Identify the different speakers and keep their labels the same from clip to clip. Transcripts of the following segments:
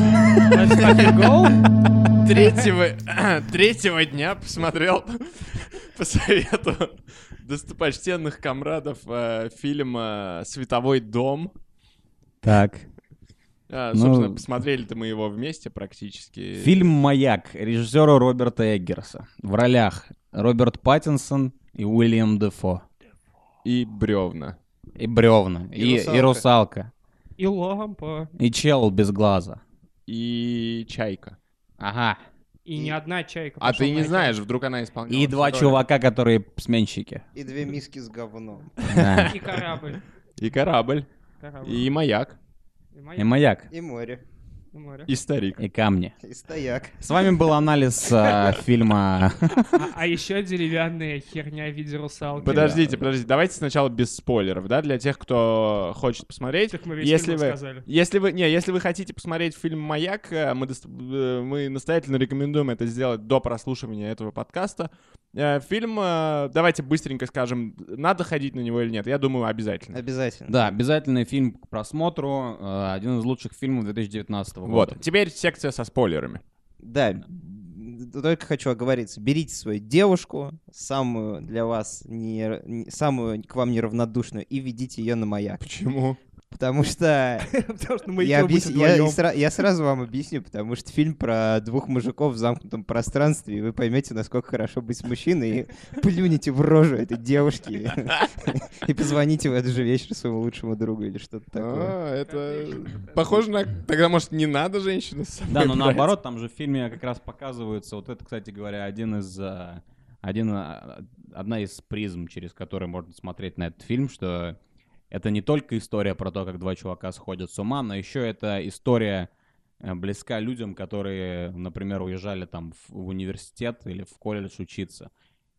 Speaker 1: Let's fucking go.
Speaker 2: Третьего, третьего дня посмотрел по совету достопочтенных комрадов э, фильм э, «Световой дом».
Speaker 3: Так.
Speaker 2: А,
Speaker 3: Ну,
Speaker 2: собственно, посмотрели-то мы его вместе практически.
Speaker 3: Фильм «Маяк» режиссера Роберта Эггерса. В ролях Роберт Паттинсон и Уильям Дефо.
Speaker 2: И бревна.
Speaker 3: И Бревна, и,
Speaker 4: И
Speaker 3: и
Speaker 4: «Русалка».
Speaker 3: Русалка,
Speaker 1: И лампа.
Speaker 3: и Чел без глаза.
Speaker 2: И чайка.
Speaker 3: Ага.
Speaker 1: И не одна чайка.
Speaker 2: А
Speaker 1: пошёл
Speaker 2: ты не
Speaker 1: нахер.
Speaker 2: знаешь, вдруг она исполняла.
Speaker 3: И два чувака, которые сменщики.
Speaker 4: И две миски с говном.
Speaker 3: Да.
Speaker 1: И корабль.
Speaker 2: И корабль.
Speaker 1: Корабль.
Speaker 2: И маяк.
Speaker 1: И
Speaker 3: И
Speaker 1: маяк,
Speaker 3: маяк,
Speaker 4: И море.
Speaker 1: и море.
Speaker 2: И старик.
Speaker 3: и камни.
Speaker 4: И стояк.
Speaker 3: С вами был анализ э, фильма
Speaker 1: А- А еще деревянная херня в виде русалки.
Speaker 2: Подождите, подождите. Давайте сначала без спойлеров, да, для тех, кто хочет посмотреть.
Speaker 1: Так мы весь
Speaker 2: Если
Speaker 1: фильм
Speaker 2: вы,
Speaker 1: рассказали.
Speaker 2: если вы, не, если вы хотите посмотреть фильм "Маяк", э, мы, дос- э, мы настоятельно рекомендуем это сделать до прослушивания этого подкаста. Э, Фильм, э, давайте быстренько скажем, надо ходить на него или нет. Я думаю, обязательно.
Speaker 4: Обязательно.
Speaker 3: Да, обязательный фильм к просмотру. э, Один из лучших фильмов 2019 года.
Speaker 2: Вот. Теперь секция со спойлерами.
Speaker 4: Да, м, только хочу оговориться. Берите свою девушку, самую для вас, не, не- самую к вам неравнодушную, и ведите ее на маяк.
Speaker 2: Почему?
Speaker 4: Потому что
Speaker 1: Потому что мы
Speaker 4: я,
Speaker 1: идем
Speaker 4: объяс- я- и сра- я сразу вам объясню, потому что фильм про двух мужиков в замкнутом пространстве, и вы поймете, насколько хорошо быть мужчиной, и плюните в рожу этой девушки, и позвоните в этот же вечер своему лучшему другу или что-то такое.
Speaker 2: А, это похоже на... Тогда, может, не надо женщину с собой
Speaker 3: Да, но
Speaker 4: ну,
Speaker 2: брать?
Speaker 3: наоборот, там же в фильме как раз показывается, вот это, кстати говоря, один из, э, один, э, одна из призм, через которые можно смотреть на этот фильм, что это не только история про то, как два чувака сходят с ума, но еще это история э, близка людям, которые, например, уезжали там в, в университет или в колледж учиться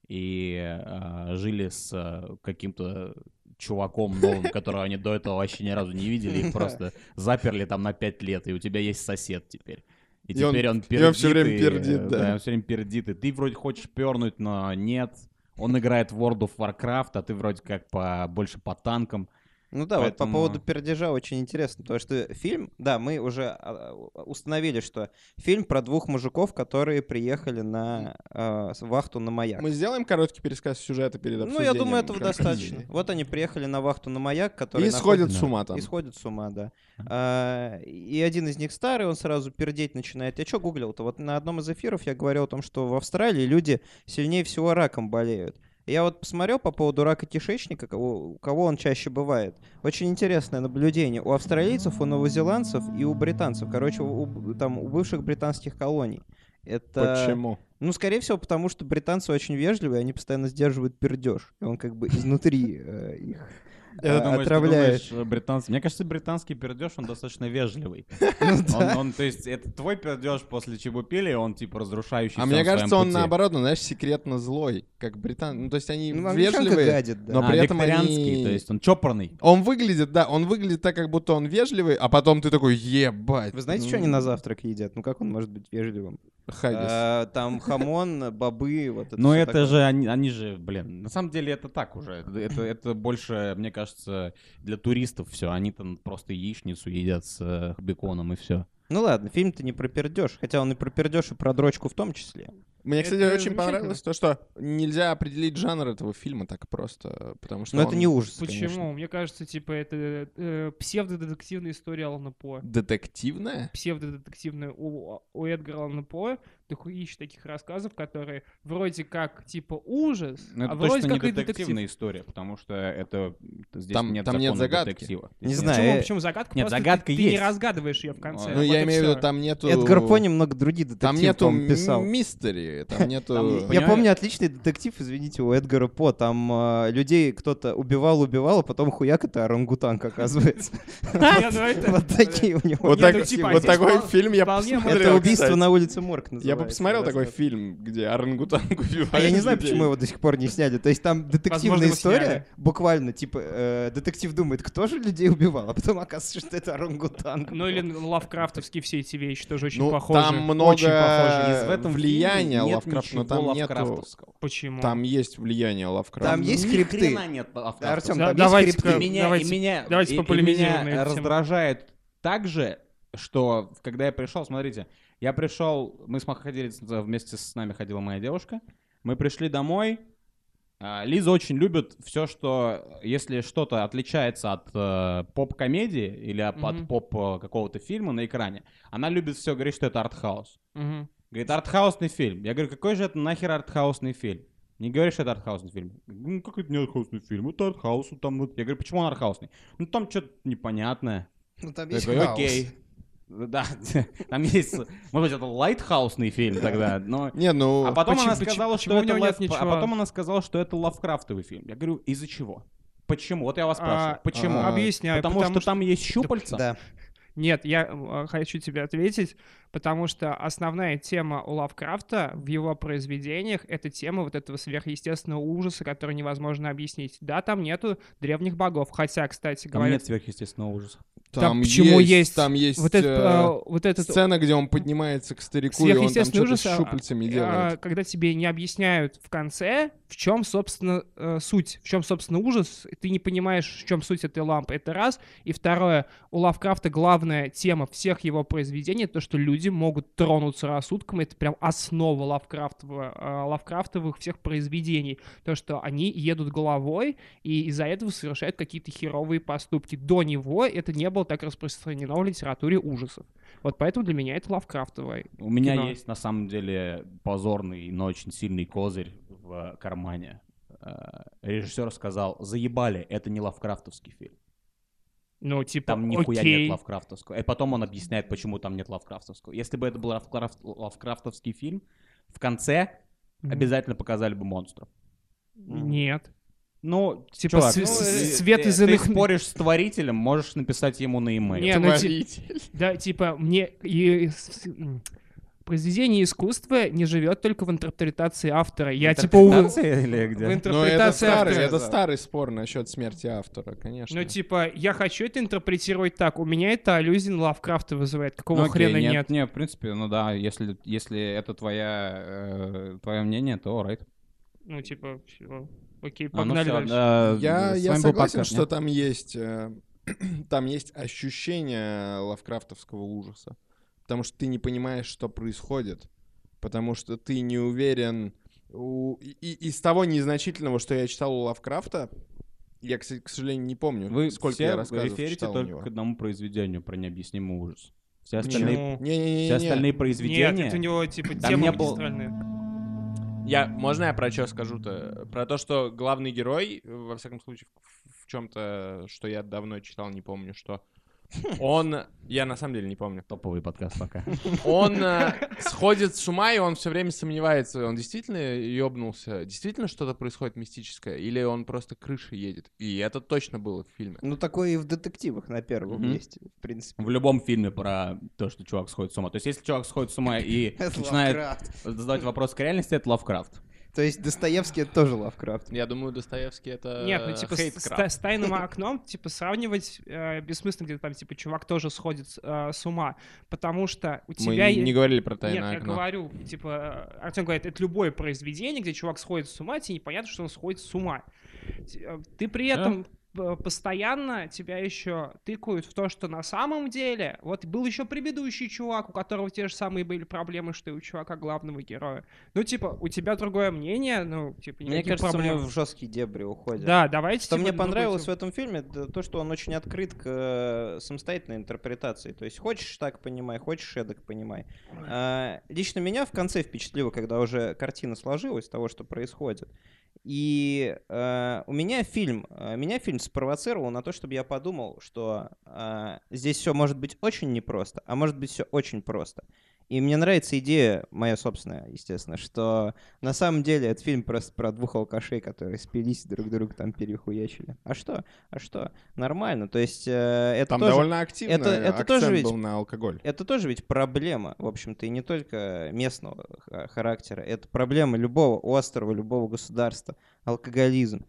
Speaker 3: и э, жили с э, каким-то чуваком новым, которого они до этого вообще ни разу не видели, их просто заперли там на пять лет, и у тебя есть сосед теперь. И,
Speaker 2: И он-
Speaker 3: теперь он,
Speaker 2: и он
Speaker 3: пердит.
Speaker 2: всё время
Speaker 3: и,
Speaker 2: пердит,
Speaker 3: э,
Speaker 2: да.
Speaker 3: он все время пердит, и ты вроде хочешь пернуть, но нет. Он играет в World of Warcraft, а ты вроде как по, больше по танкам.
Speaker 4: Ну да, вот по
Speaker 3: Поэтому-
Speaker 4: поводу пердежа очень интересно, потому что фильм, да, мы уже а, у- установили, что фильм про двух мужиков, которые приехали на э, с- вахту на маяк.
Speaker 2: Мы сделаем короткий пересказ сюжета перед
Speaker 4: Ну, я
Speaker 2: обсуждением
Speaker 4: думаю, этого
Speaker 2: конкретной
Speaker 4: достаточно.
Speaker 2: серии?
Speaker 4: Вот они приехали на вахту на маяк, который
Speaker 2: И сходят с
Speaker 3: Да.
Speaker 2: ума там.
Speaker 4: И сходят с ума, да. А, И один из них старый, он сразу пердеть начинает. Я что гуглил-то? Вот на одном из эфиров я говорил о том, что в Австралии люди сильнее всего раком болеют. Я вот посмотрел по поводу рака кишечника, кого- у кого он чаще бывает. Очень интересное наблюдение. У австралийцев, у новозеландцев и у британцев. Короче, у, у- там, у бывших британских колоний. Это...
Speaker 2: Почему?
Speaker 4: Ну, скорее всего, потому что британцы очень вежливые, они постоянно сдерживают пердеж. И он как бы изнутри э, их
Speaker 3: Я
Speaker 4: э,
Speaker 3: думаю, что
Speaker 4: отравляет.
Speaker 3: думаешь, э, британцы- Мне кажется, британский пердеж, он достаточно вежливый.
Speaker 4: Ну
Speaker 3: Он,
Speaker 4: да.
Speaker 3: он, то есть, это твой пердеж после чебупели, он типа разрушающий.
Speaker 2: А мне кажется, он наоборот, ну, знаешь, секретно злой, как британ. Ну, то есть они
Speaker 4: Ну, англичанка
Speaker 2: вежливые.
Speaker 4: гадит, да.
Speaker 2: но при этом они-
Speaker 3: А, то есть он чопорный.
Speaker 2: Он выглядит, да, он выглядит так, как будто он вежливый, а потом ты такой, ебать.
Speaker 4: Вы знаете,
Speaker 2: ну,
Speaker 4: что они на завтрак едят? Ну как он может быть вежливым?
Speaker 2: Хаггис.
Speaker 4: А, Там хамон, бобы, вот это
Speaker 3: Но
Speaker 4: всё
Speaker 3: Ну, это
Speaker 4: такое.
Speaker 3: же, они, они же, блин, на самом деле это так уже. Это, это больше, мне кажется, для туристов все. Они там просто яичницу едят с э, беконом и все.
Speaker 4: Ну ладно, фильм-то не про пердеж, хотя он и про пердеж, и про дрочку в том числе.
Speaker 2: Мне, кстати,
Speaker 1: это
Speaker 2: очень
Speaker 1: замечательно.
Speaker 2: понравилось то, что нельзя определить жанр этого фильма так просто, потому что
Speaker 4: Но Ну, это
Speaker 2: он
Speaker 4: не ужас,
Speaker 1: Почему?
Speaker 4: конечно.
Speaker 1: Мне кажется, типа, это э, псевдодетективная история Алана По.
Speaker 2: детективное.
Speaker 1: Псевдодетективная у, у Эдгара Алана По. Ты ищешь таких рассказов, которые вроде как, типа, ужас,
Speaker 2: Ну,
Speaker 3: Но это
Speaker 1: а вроде
Speaker 3: точно не
Speaker 1: как и
Speaker 3: детективная
Speaker 1: детектив.
Speaker 3: история, потому что это здесь
Speaker 2: Там-
Speaker 3: нет
Speaker 2: там нет
Speaker 3: закона
Speaker 2: загадки.
Speaker 3: детектива.
Speaker 4: Не
Speaker 3: Здесь-
Speaker 4: знаю.
Speaker 1: Почему?
Speaker 4: э,
Speaker 1: Почему загадка?
Speaker 3: А, Нет,
Speaker 1: Просто ты-
Speaker 3: загадка
Speaker 1: ты, не
Speaker 3: есть.
Speaker 1: разгадываешь ее в конце.
Speaker 2: Ну,
Speaker 1: Вот
Speaker 2: я
Speaker 1: и
Speaker 2: имею в
Speaker 1: всё.
Speaker 2: виду, там нету...
Speaker 4: Эдгар По немного другие
Speaker 2: Там
Speaker 4: детективы,
Speaker 2: нету
Speaker 4: по-моему, писал.
Speaker 2: м- мистери, там
Speaker 3: Там-
Speaker 2: нету...
Speaker 4: Я
Speaker 3: Понимаешь?
Speaker 4: помню отличный детектив, извините, у Эдгара По. Там э, людей кто-то убивал, убивал, а потом хуяк это орангутанг, оказывается.
Speaker 1: Не, ну это-
Speaker 4: Вот такие у него.
Speaker 2: Вот,
Speaker 1: Нет,
Speaker 2: так-
Speaker 1: ну, типа,
Speaker 2: вот
Speaker 1: здесь
Speaker 2: такой
Speaker 1: вполне-
Speaker 2: фильм я
Speaker 1: вполне
Speaker 2: посмотрел,
Speaker 4: Это убийство
Speaker 2: кстати.
Speaker 4: на улице Морг
Speaker 2: Я бы
Speaker 4: называется.
Speaker 2: посмотрел такой
Speaker 4: Раз-
Speaker 2: фильм, где орангутанг убивает
Speaker 4: А я не знаю,
Speaker 2: людей.
Speaker 4: почему его до сих пор не сняли. То есть там детективная
Speaker 1: Возможно, его сняли.
Speaker 4: история, буквально, типа, э, детектив думает, кто же людей убивал, а потом оказывается, что это орангутанг.
Speaker 1: Ну или лавкрафтовские все эти вещи тоже очень
Speaker 2: Ну,
Speaker 1: похожи.
Speaker 2: там много-
Speaker 1: Очень похожи.
Speaker 3: Из в этом
Speaker 2: влияния
Speaker 3: влияния
Speaker 2: Лавкрафта, но там нету-
Speaker 1: Почему?
Speaker 2: Там есть влияние Лавкрафта.
Speaker 4: Там есть скрипты.
Speaker 3: нет
Speaker 4: Да, Артем,
Speaker 1: Да,
Speaker 4: там есть
Speaker 1: давайте-ка-
Speaker 4: скрипты.
Speaker 3: И меня,
Speaker 1: давайте-
Speaker 3: и меня,
Speaker 1: давайте
Speaker 3: и- и
Speaker 1: популяризируем
Speaker 3: меня
Speaker 1: эту тему.
Speaker 3: раздражает также что когда я пришел, смотрите, я пришел, мы с Махой ходили, с- вместе с нами ходила моя девушка, мы пришли домой, а, Лиза очень любит все, что, если что-то отличается от э, поп-комедии или от
Speaker 1: Мгм.
Speaker 3: поп э, какого-то фильма на экране, она любит все говорить, что это артхаус.
Speaker 1: Мгм.
Speaker 3: Говорит, артхаусный фильм. Я говорю, какой же это нахер артхаусный фильм? Не говоришь, что это артхаусный фильм. Ну, как это не артхаусный фильм? Это артхаус. ну, Там... вот». Я говорю, почему он артхаусный? Ну, там что-то непонятное.
Speaker 4: Ну, там
Speaker 3: Я
Speaker 4: есть
Speaker 3: говорю,
Speaker 4: хаос.
Speaker 3: окей. Да, там есть... Может быть, это лайтхаусный фильм тогда, но...
Speaker 2: Не, ну...
Speaker 3: А потом
Speaker 1: почему-
Speaker 3: она
Speaker 1: почему-
Speaker 3: сказала,
Speaker 1: почему
Speaker 3: что
Speaker 1: в
Speaker 3: это
Speaker 1: нем нет
Speaker 3: лав- а
Speaker 1: ничего?
Speaker 3: потом она сказала, что это лавкрафтовый фильм. Я говорю, из-за чего? Почему? Вот я вас
Speaker 1: А,
Speaker 3: спрашиваю. Почему?
Speaker 2: а,
Speaker 1: Объясняю,
Speaker 3: Потому что там есть щупальца.
Speaker 4: Да.
Speaker 1: Нет, я э, хочу тебе ответить, потому что основная тема у Лавкрафта в его произведениях — это тема вот этого сверхъестественного ужаса, который невозможно объяснить. Да, там нету древних богов, хотя, кстати
Speaker 3: Там
Speaker 1: говоря,
Speaker 3: нет сверхъестественного ужаса.
Speaker 1: Там почему есть
Speaker 2: Там есть
Speaker 1: вот этот,
Speaker 2: э,
Speaker 1: э, вот этот
Speaker 2: сцена, где он поднимается к старику, и он там
Speaker 1: сверхъестественный
Speaker 2: что-то
Speaker 1: ужас,
Speaker 2: с
Speaker 1: а,
Speaker 2: щупальцами
Speaker 1: а,
Speaker 2: делает.
Speaker 1: когда тебе не объясняют в конце, в чем, собственно, э, суть, в чем, собственно, ужас, и ты не понимаешь, в чем суть этой лампы. Это раз. И второе, у Лавкрафта главная тема всех его произведений, то, что люди могут тронуться рассудком, это прям основа Лавкрафтова, э, Лавкрафтовых всех произведений, то, что они едут головой и из-за этого совершают какие-то херовые поступки. До него это не было так распространено в литературе ужасов. Вот поэтому для меня это Лавкрафтовое
Speaker 3: У меня
Speaker 1: кино.
Speaker 3: есть на самом деле позорный, но очень сильный козырь в э, кармане. Э, Режиссер сказал: заебали, это не лавкрафтовский фильм.
Speaker 1: Ну, типа,
Speaker 3: Там нихуя
Speaker 1: окей.
Speaker 3: нет лавкрафтовского. И потом он объясняет, почему там нет лавкрафтовского. Если бы это был лавкрафт- лавкрафтовский фильм, в конце
Speaker 1: Мгм.
Speaker 3: обязательно показали бы монстров.
Speaker 1: Нет.
Speaker 3: Ну,
Speaker 1: Типа,
Speaker 3: чувак,
Speaker 1: с-
Speaker 3: ну,
Speaker 1: с-
Speaker 3: э,
Speaker 1: свет
Speaker 3: ты-
Speaker 1: из
Speaker 3: Ты
Speaker 1: иных-
Speaker 3: споришь с творителем, можешь написать ему на e-mail.
Speaker 1: Не, ну, ти- да, типа, мне и с- м, произведение искусства не живет только в интерпретации автора. Я типа увы-
Speaker 3: Интерпретация или
Speaker 1: в
Speaker 3: где?
Speaker 2: Но Ну, это
Speaker 1: интерпретации
Speaker 2: старый,
Speaker 1: автора.
Speaker 2: это старый спор насчет смерти автора, конечно.
Speaker 1: Ну, типа, я хочу это интерпретировать так. У меня это аллюзин Лавкрафта вызывает. Какого
Speaker 3: Ну, окей,
Speaker 1: хрена нет?
Speaker 3: Не, в принципе, ну да, если, если это твоя, э, твое мнение, то right.
Speaker 1: Ну, типа, всё. Окей,
Speaker 3: А, ну
Speaker 1: погнали
Speaker 3: всё,
Speaker 1: дальше.
Speaker 3: да,
Speaker 2: Я,
Speaker 3: э, с
Speaker 2: я
Speaker 3: вами был
Speaker 2: согласен,
Speaker 3: подкаст,
Speaker 2: что
Speaker 3: нет?
Speaker 2: там есть, э, там есть ощущение лавкрафтовского ужаса, потому что ты не понимаешь, что происходит, потому что ты не уверен. у- и- и- из того незначительного, что я читал у Лавкрафта, я, кстати, к сожалению, не помню,
Speaker 3: Вы
Speaker 2: сколько
Speaker 3: все
Speaker 2: я рассказов
Speaker 3: реферите
Speaker 2: читал у
Speaker 3: только
Speaker 2: него.
Speaker 3: к одному произведению про необъяснимый ужас. Все
Speaker 2: Почему?
Speaker 3: остальные,
Speaker 1: Почему?
Speaker 2: Не-не-не-не.
Speaker 3: все остальные произведения...
Speaker 1: Нет, это у него, типа,
Speaker 3: Там
Speaker 1: тема
Speaker 3: не было-
Speaker 1: магистральная.
Speaker 2: Я, можно я про что скажу-то? Про то, что главный герой, э, во всяком случае, в, чем-то, что я давно читал, не помню, что
Speaker 1: Хм.
Speaker 2: он, я на самом деле не помню,
Speaker 3: Топовый подкаст пока.
Speaker 2: он э, сходит с ума, и он все время сомневается, он действительно ебнулся, действительно что-то происходит мистическое, или он просто крыша едет. И это точно было в фильме.
Speaker 4: Ну, такое и в детективах на первом
Speaker 3: Мгм.
Speaker 4: месте, в принципе.
Speaker 3: В любом фильме про то, что чувак сходит с ума. То есть, если чувак сходит с ума и
Speaker 4: Это
Speaker 3: начинает
Speaker 4: Лавкрафт.
Speaker 3: задавать вопрос к реальности, это Лавкрафт.
Speaker 4: То есть Достоевский это тоже Лавкрафт.
Speaker 2: Я думаю, Достоевский это
Speaker 1: Нет, ну типа с,
Speaker 2: хейткрафт.
Speaker 1: с- с тайным окном, типа сравнивать э, бессмысленно, где-то там, типа, чувак тоже сходит с- э, с ума. Потому что у
Speaker 2: Мы
Speaker 1: тебя
Speaker 2: не
Speaker 1: есть.
Speaker 2: говорили про
Speaker 1: Нет,
Speaker 2: тайное
Speaker 1: я
Speaker 2: окно.
Speaker 1: говорю, типа, э, Артем говорит, это любое произведение, где чувак сходит с ума, тебе непонятно, что он сходит с ума. Т- э, Ты при
Speaker 3: Да.
Speaker 1: этом э, постоянно тебя еще тыкают в то, что на самом деле, вот был еще предыдущий чувак, у которого те же самые были проблемы, что и у чувака главного героя. Ну, типа, у тебя другое мнение, ну, типа,
Speaker 4: Мне
Speaker 1: никаких
Speaker 4: кажется, мы
Speaker 1: проблем.
Speaker 4: в жесткие дебри уходим.
Speaker 1: Да, давайте.
Speaker 4: Что
Speaker 1: типа, на
Speaker 4: мне
Speaker 1: другую
Speaker 4: понравилось в
Speaker 1: тему.
Speaker 4: этом фильме, это то, что он очень открыт к э, самостоятельной интерпретации. То есть хочешь так понимай, хочешь эдак понимай. А, лично меня в конце впечатлило, когда уже картина сложилась того, что происходит. И э, у меня фильм, э, меня фильм спровоцировал на то, чтобы я подумал, что а, здесь все может быть очень непросто, а может быть все очень просто. И мне нравится идея моя собственная, естественно, что на самом деле этот фильм просто про двух алкашей, которые спились и друг друга там перехуячили. А что? А что? Нормально. То есть э, это
Speaker 2: Там
Speaker 4: тоже...
Speaker 2: довольно активно
Speaker 4: это- это
Speaker 2: акцент
Speaker 4: тоже ведь-
Speaker 2: был на алкоголь.
Speaker 4: Это тоже ведь проблема, в общем-то, и не только местного ха- характера. Это проблема любого острова, любого государства. Алкоголизм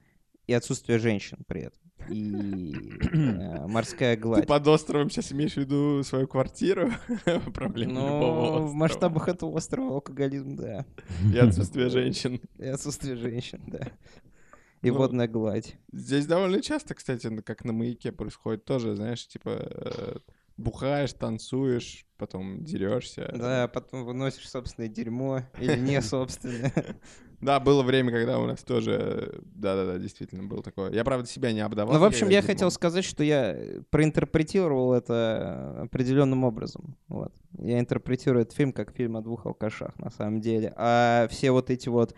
Speaker 4: и отсутствие женщин при этом. И э, морская
Speaker 2: Ты
Speaker 4: гладь.
Speaker 2: под островом сейчас имеешь в виду свою квартиру? Проблема любого
Speaker 4: Ну, в
Speaker 2: острова.
Speaker 4: масштабах этого острова алкоголизм, да.
Speaker 2: И отсутствие женщин.
Speaker 4: И отсутствие женщин, да. И
Speaker 2: Ну,
Speaker 4: водная гладь.
Speaker 2: Здесь довольно часто, кстати, н- как на маяке происходит тоже, знаешь, типа... э, бухаешь, танцуешь, потом дерешься.
Speaker 4: Да, потом выносишь собственное дерьмо или не собственное.
Speaker 2: Да, было время, когда у нас тоже... Да-да-да, действительно, было такое. Я, правда, себя не обдавал.
Speaker 4: Ну, в общем, я
Speaker 2: видимо.
Speaker 4: хотел сказать, что я проинтерпретировал это определенным образом. Вот. Я интерпретирую этот фильм как фильм о двух алкашах, на самом деле. А все вот эти вот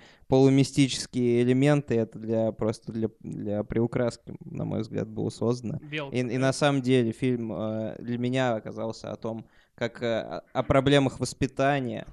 Speaker 4: полумистические элементы, это для просто для, для приукраски, на мой взгляд, было создано.
Speaker 1: Белка.
Speaker 4: И, и на самом деле фильм э, для меня оказался о том, как э, о- о проблемах воспитания,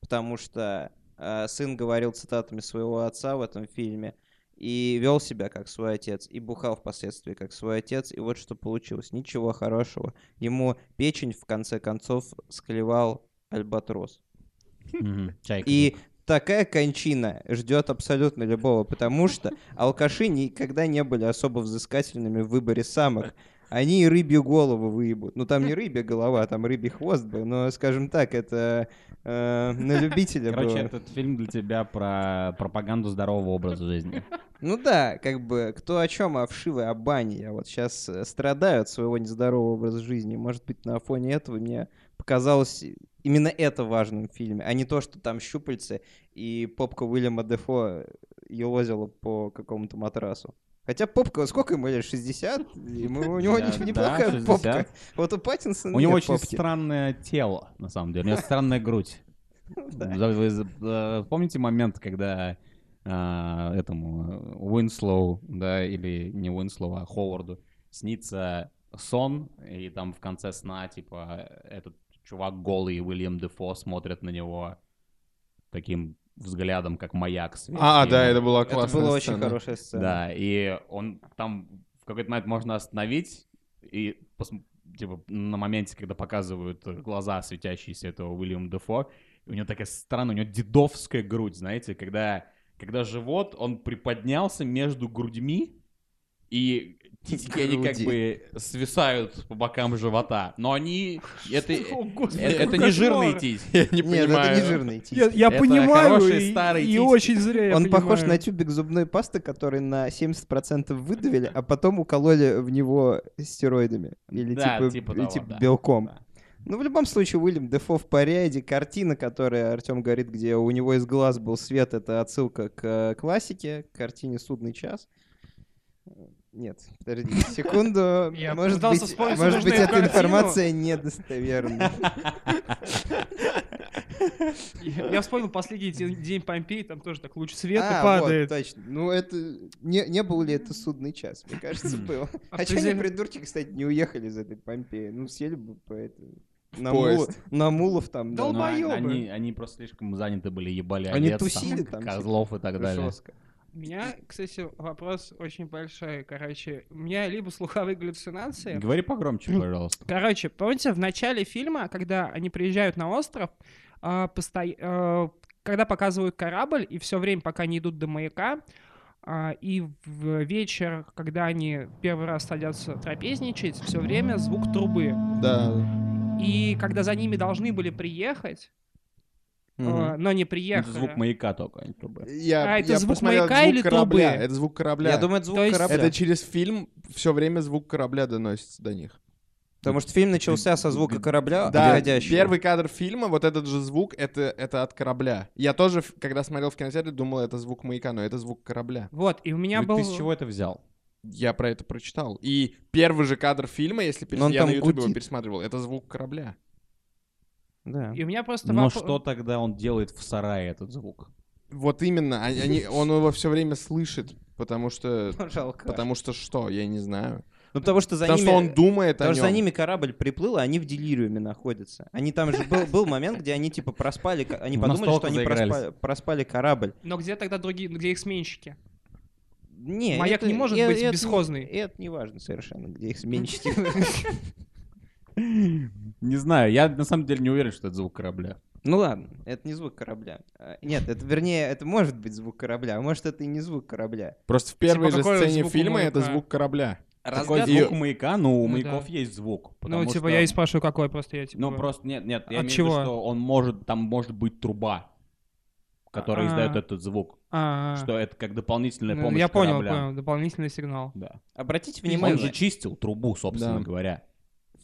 Speaker 4: потому что э, сын говорил цитатами своего отца в этом фильме и вел себя как свой отец, и бухал впоследствии как свой отец, и вот что получилось. Ничего хорошего. Ему печень, в конце концов, склевал альбатрос.
Speaker 3: Мгм. Чайка.
Speaker 4: И такая кончина ждет абсолютно любого, потому что алкаши никогда не были особо взыскательными в выборе самок. Они и рыбью голову выебут. Ну, там не рыбья голова, там рыбий хвост был, но, скажем так, это э, на любителя
Speaker 3: Короче,
Speaker 2: э,
Speaker 4: было.
Speaker 3: этот фильм для тебя про пропаганду здорового образа жизни.
Speaker 4: Ну да, как бы, кто о чем, о вшивой, о бане. Я вот сейчас страдаю от своего нездорового образа жизни. Может быть, на фоне этого мне показалось именно это важным в фильме, а не то, что там щупальцы и попка Уильяма Дефо э, елозила по какому-то матрасу. Хотя попка, сколько ему лет? 60? Ему- у него
Speaker 3: Да,
Speaker 4: не-
Speaker 3: да,
Speaker 4: неплохая
Speaker 3: 60.
Speaker 4: попка. Вот у Паттинсона
Speaker 3: У него
Speaker 4: нет
Speaker 3: очень
Speaker 4: попки.
Speaker 3: странное тело, на самом деле. У него странная грудь.
Speaker 4: Да.
Speaker 3: За- вы за- э, Помните момент, когда а, этому э, Уинслоу, да, или не Уинслоу, а Ховарду, снится сон, и там в конце сна, типа, этот чувак голый, Уильям Дефо, смотрит на него таким взглядом, как маяк. светит
Speaker 2: А,
Speaker 3: ему.
Speaker 2: да, это была
Speaker 4: Это
Speaker 2: классная
Speaker 4: была очень
Speaker 2: сцена.
Speaker 4: хорошая сцена.
Speaker 3: Да, и он там в какой-то момент можно остановить и пос- типа на моменте, когда показывают э, глаза светящиеся этого Уильяма Дефо, у него такая странная, у него дедовская грудь, знаете, когда, когда живот, он приподнялся между грудьми, и титики, они как
Speaker 4: Груди.
Speaker 3: бы свисают по бокам живота, но они... Это,
Speaker 1: О,
Speaker 3: э-
Speaker 1: господи,
Speaker 3: это
Speaker 1: как
Speaker 3: не жирные
Speaker 1: кошмар.
Speaker 3: титики.
Speaker 2: Я не
Speaker 4: Нет,
Speaker 2: понимаю.
Speaker 4: это не жирный тип.
Speaker 1: Я, я
Speaker 3: Это
Speaker 1: понимаю,
Speaker 3: хорошие
Speaker 1: и,
Speaker 3: старые
Speaker 1: и
Speaker 3: титики.
Speaker 1: очень зря я
Speaker 4: Он похож
Speaker 1: понимаю.
Speaker 4: на тюбик зубной пасты, который на 70% выдавили, а потом укололи в него стероидами. Или
Speaker 3: Да,
Speaker 4: типа,
Speaker 3: типа
Speaker 4: и
Speaker 3: того,
Speaker 4: типа
Speaker 3: да.
Speaker 4: белком.
Speaker 3: Да.
Speaker 4: Ну, в любом случае, Уильям Дефо в порядке. Картина, которая Артем говорит, где у него из глаз был свет, это отсылка к э, классике, к картине «Судный час». Нет, подождите секунду.
Speaker 1: Я
Speaker 4: Может
Speaker 1: пытался
Speaker 4: быть,
Speaker 1: вспомнить
Speaker 4: может быть,
Speaker 1: нужную
Speaker 4: эта
Speaker 1: картину.
Speaker 4: информация недостоверна.
Speaker 1: Я я вспомнил последний день, день Помпеи, там тоже так луч света
Speaker 4: А,
Speaker 1: падает.
Speaker 4: Вот, точно. Ну, это... Не, не был ли это судный час? Мне кажется, был. А что они,
Speaker 1: Определенно.
Speaker 4: придурки, кстати, не уехали из этой Помпеи? Ну, съели бы по это... На,
Speaker 2: поезд.
Speaker 4: Мулу- на мулов там. да,
Speaker 3: Но
Speaker 4: на-
Speaker 1: Долбоёбы.
Speaker 3: Они, они просто слишком заняты были, ебали
Speaker 4: Они
Speaker 3: овец,
Speaker 4: тусили там, типа,
Speaker 3: козлов и так далее.
Speaker 4: жёстко.
Speaker 1: У меня, кстати, вопрос очень большой. Короче, у меня либо слуховые галлюцинации,
Speaker 3: Говори погромче, пожалуйста.
Speaker 1: Короче, помните, в начале фильма, когда они приезжают на остров, а, посто- а, когда показывают корабль, и все время, пока не идут до маяка, а, и в вечер, когда они первый раз садятся трапезничать, все время звук трубы.
Speaker 2: Да.
Speaker 1: И когда за ними должны были приехать, а,
Speaker 4: Мгм.
Speaker 1: но не
Speaker 3: Ну, Это
Speaker 1: приехали.
Speaker 3: звук маяка только, а не трубы.
Speaker 2: Я,
Speaker 1: А это
Speaker 2: я
Speaker 1: звук
Speaker 2: посмотрел
Speaker 1: маяка
Speaker 2: звук
Speaker 1: или
Speaker 2: корабля.
Speaker 1: трубы?
Speaker 2: Это звук корабля.
Speaker 4: Я думаю, это звук
Speaker 1: То есть-
Speaker 4: корабля.
Speaker 2: это через фильм все время звук корабля доносится до них.
Speaker 4: Потому что фильм начался со звука корабля,
Speaker 2: Да,
Speaker 4: отходящего.
Speaker 2: первый кадр фильма, вот этот же звук, это, это от корабля. Я тоже, ф- когда смотрел в кинотеатре, думал, это звук маяка, но это звук корабля.
Speaker 1: Вот, и у меня
Speaker 3: Ну, Ты
Speaker 1: был...
Speaker 3: с чего это взял?
Speaker 2: Я про это прочитал. И первый же кадр фильма, если перес-
Speaker 4: Но он
Speaker 2: я
Speaker 4: там
Speaker 2: на ютубе его
Speaker 4: гудит.
Speaker 2: пересматривал, это звук корабля.
Speaker 4: Да.
Speaker 1: И у меня просто
Speaker 3: Но
Speaker 1: воп-
Speaker 3: что тогда он делает в сарае, этот звук?
Speaker 2: Вот именно, они, они- он его все время слышит, потому что...
Speaker 4: Жалко.
Speaker 2: Потому что что, я не знаю.
Speaker 4: Ну, потому что за
Speaker 2: потому
Speaker 4: ними...
Speaker 2: что он думает о
Speaker 4: Потому что за
Speaker 2: нём.
Speaker 4: ними корабль приплыл, а они в делириуме находятся. Они там же был, был момент, где они типа проспали, ко- они
Speaker 3: В
Speaker 4: подумали, что
Speaker 3: настолку
Speaker 4: они
Speaker 3: заигрались.
Speaker 4: проспали, проспали корабль.
Speaker 1: Но где тогда другие, где их сменщики?
Speaker 4: Не,
Speaker 1: Маяк
Speaker 4: это-
Speaker 1: не может
Speaker 4: э-
Speaker 1: быть
Speaker 4: это-
Speaker 1: бесхозный.
Speaker 4: Это не важно совершенно, где их сменщики.
Speaker 3: Не знаю, я на самом деле не уверен, что это звук корабля.
Speaker 4: Ну ладно, это не звук корабля. А, Нет, это вернее, это может быть звук корабля, а может это и не звук корабля.
Speaker 2: Просто в первой
Speaker 1: Типа,
Speaker 2: же
Speaker 1: какой
Speaker 2: сцене
Speaker 1: звук у
Speaker 2: фильма это
Speaker 1: маяка?
Speaker 2: звук корабля.
Speaker 3: Такой
Speaker 4: Разгадка-
Speaker 3: звук у маяка, но у
Speaker 1: Ну
Speaker 3: маяков
Speaker 1: да.
Speaker 3: есть звук.
Speaker 1: Ну,
Speaker 3: потому
Speaker 1: типа,
Speaker 3: что-
Speaker 1: я и спрашиваю, какой просто я, типа...
Speaker 3: Ну, просто нет, нет, я
Speaker 1: От
Speaker 3: имею в виду,
Speaker 1: чего?
Speaker 3: что он может, там может быть труба, которая
Speaker 1: А.
Speaker 3: издает этот звук.
Speaker 1: А,
Speaker 3: Что это как дополнительная
Speaker 1: ну,
Speaker 3: помощь
Speaker 1: Я понял,
Speaker 3: корабля.
Speaker 1: понял, дополнительный сигнал.
Speaker 3: Да.
Speaker 4: Обратите
Speaker 3: Он же
Speaker 4: внимание,
Speaker 3: чистил трубу, собственно
Speaker 2: Да.
Speaker 3: говоря.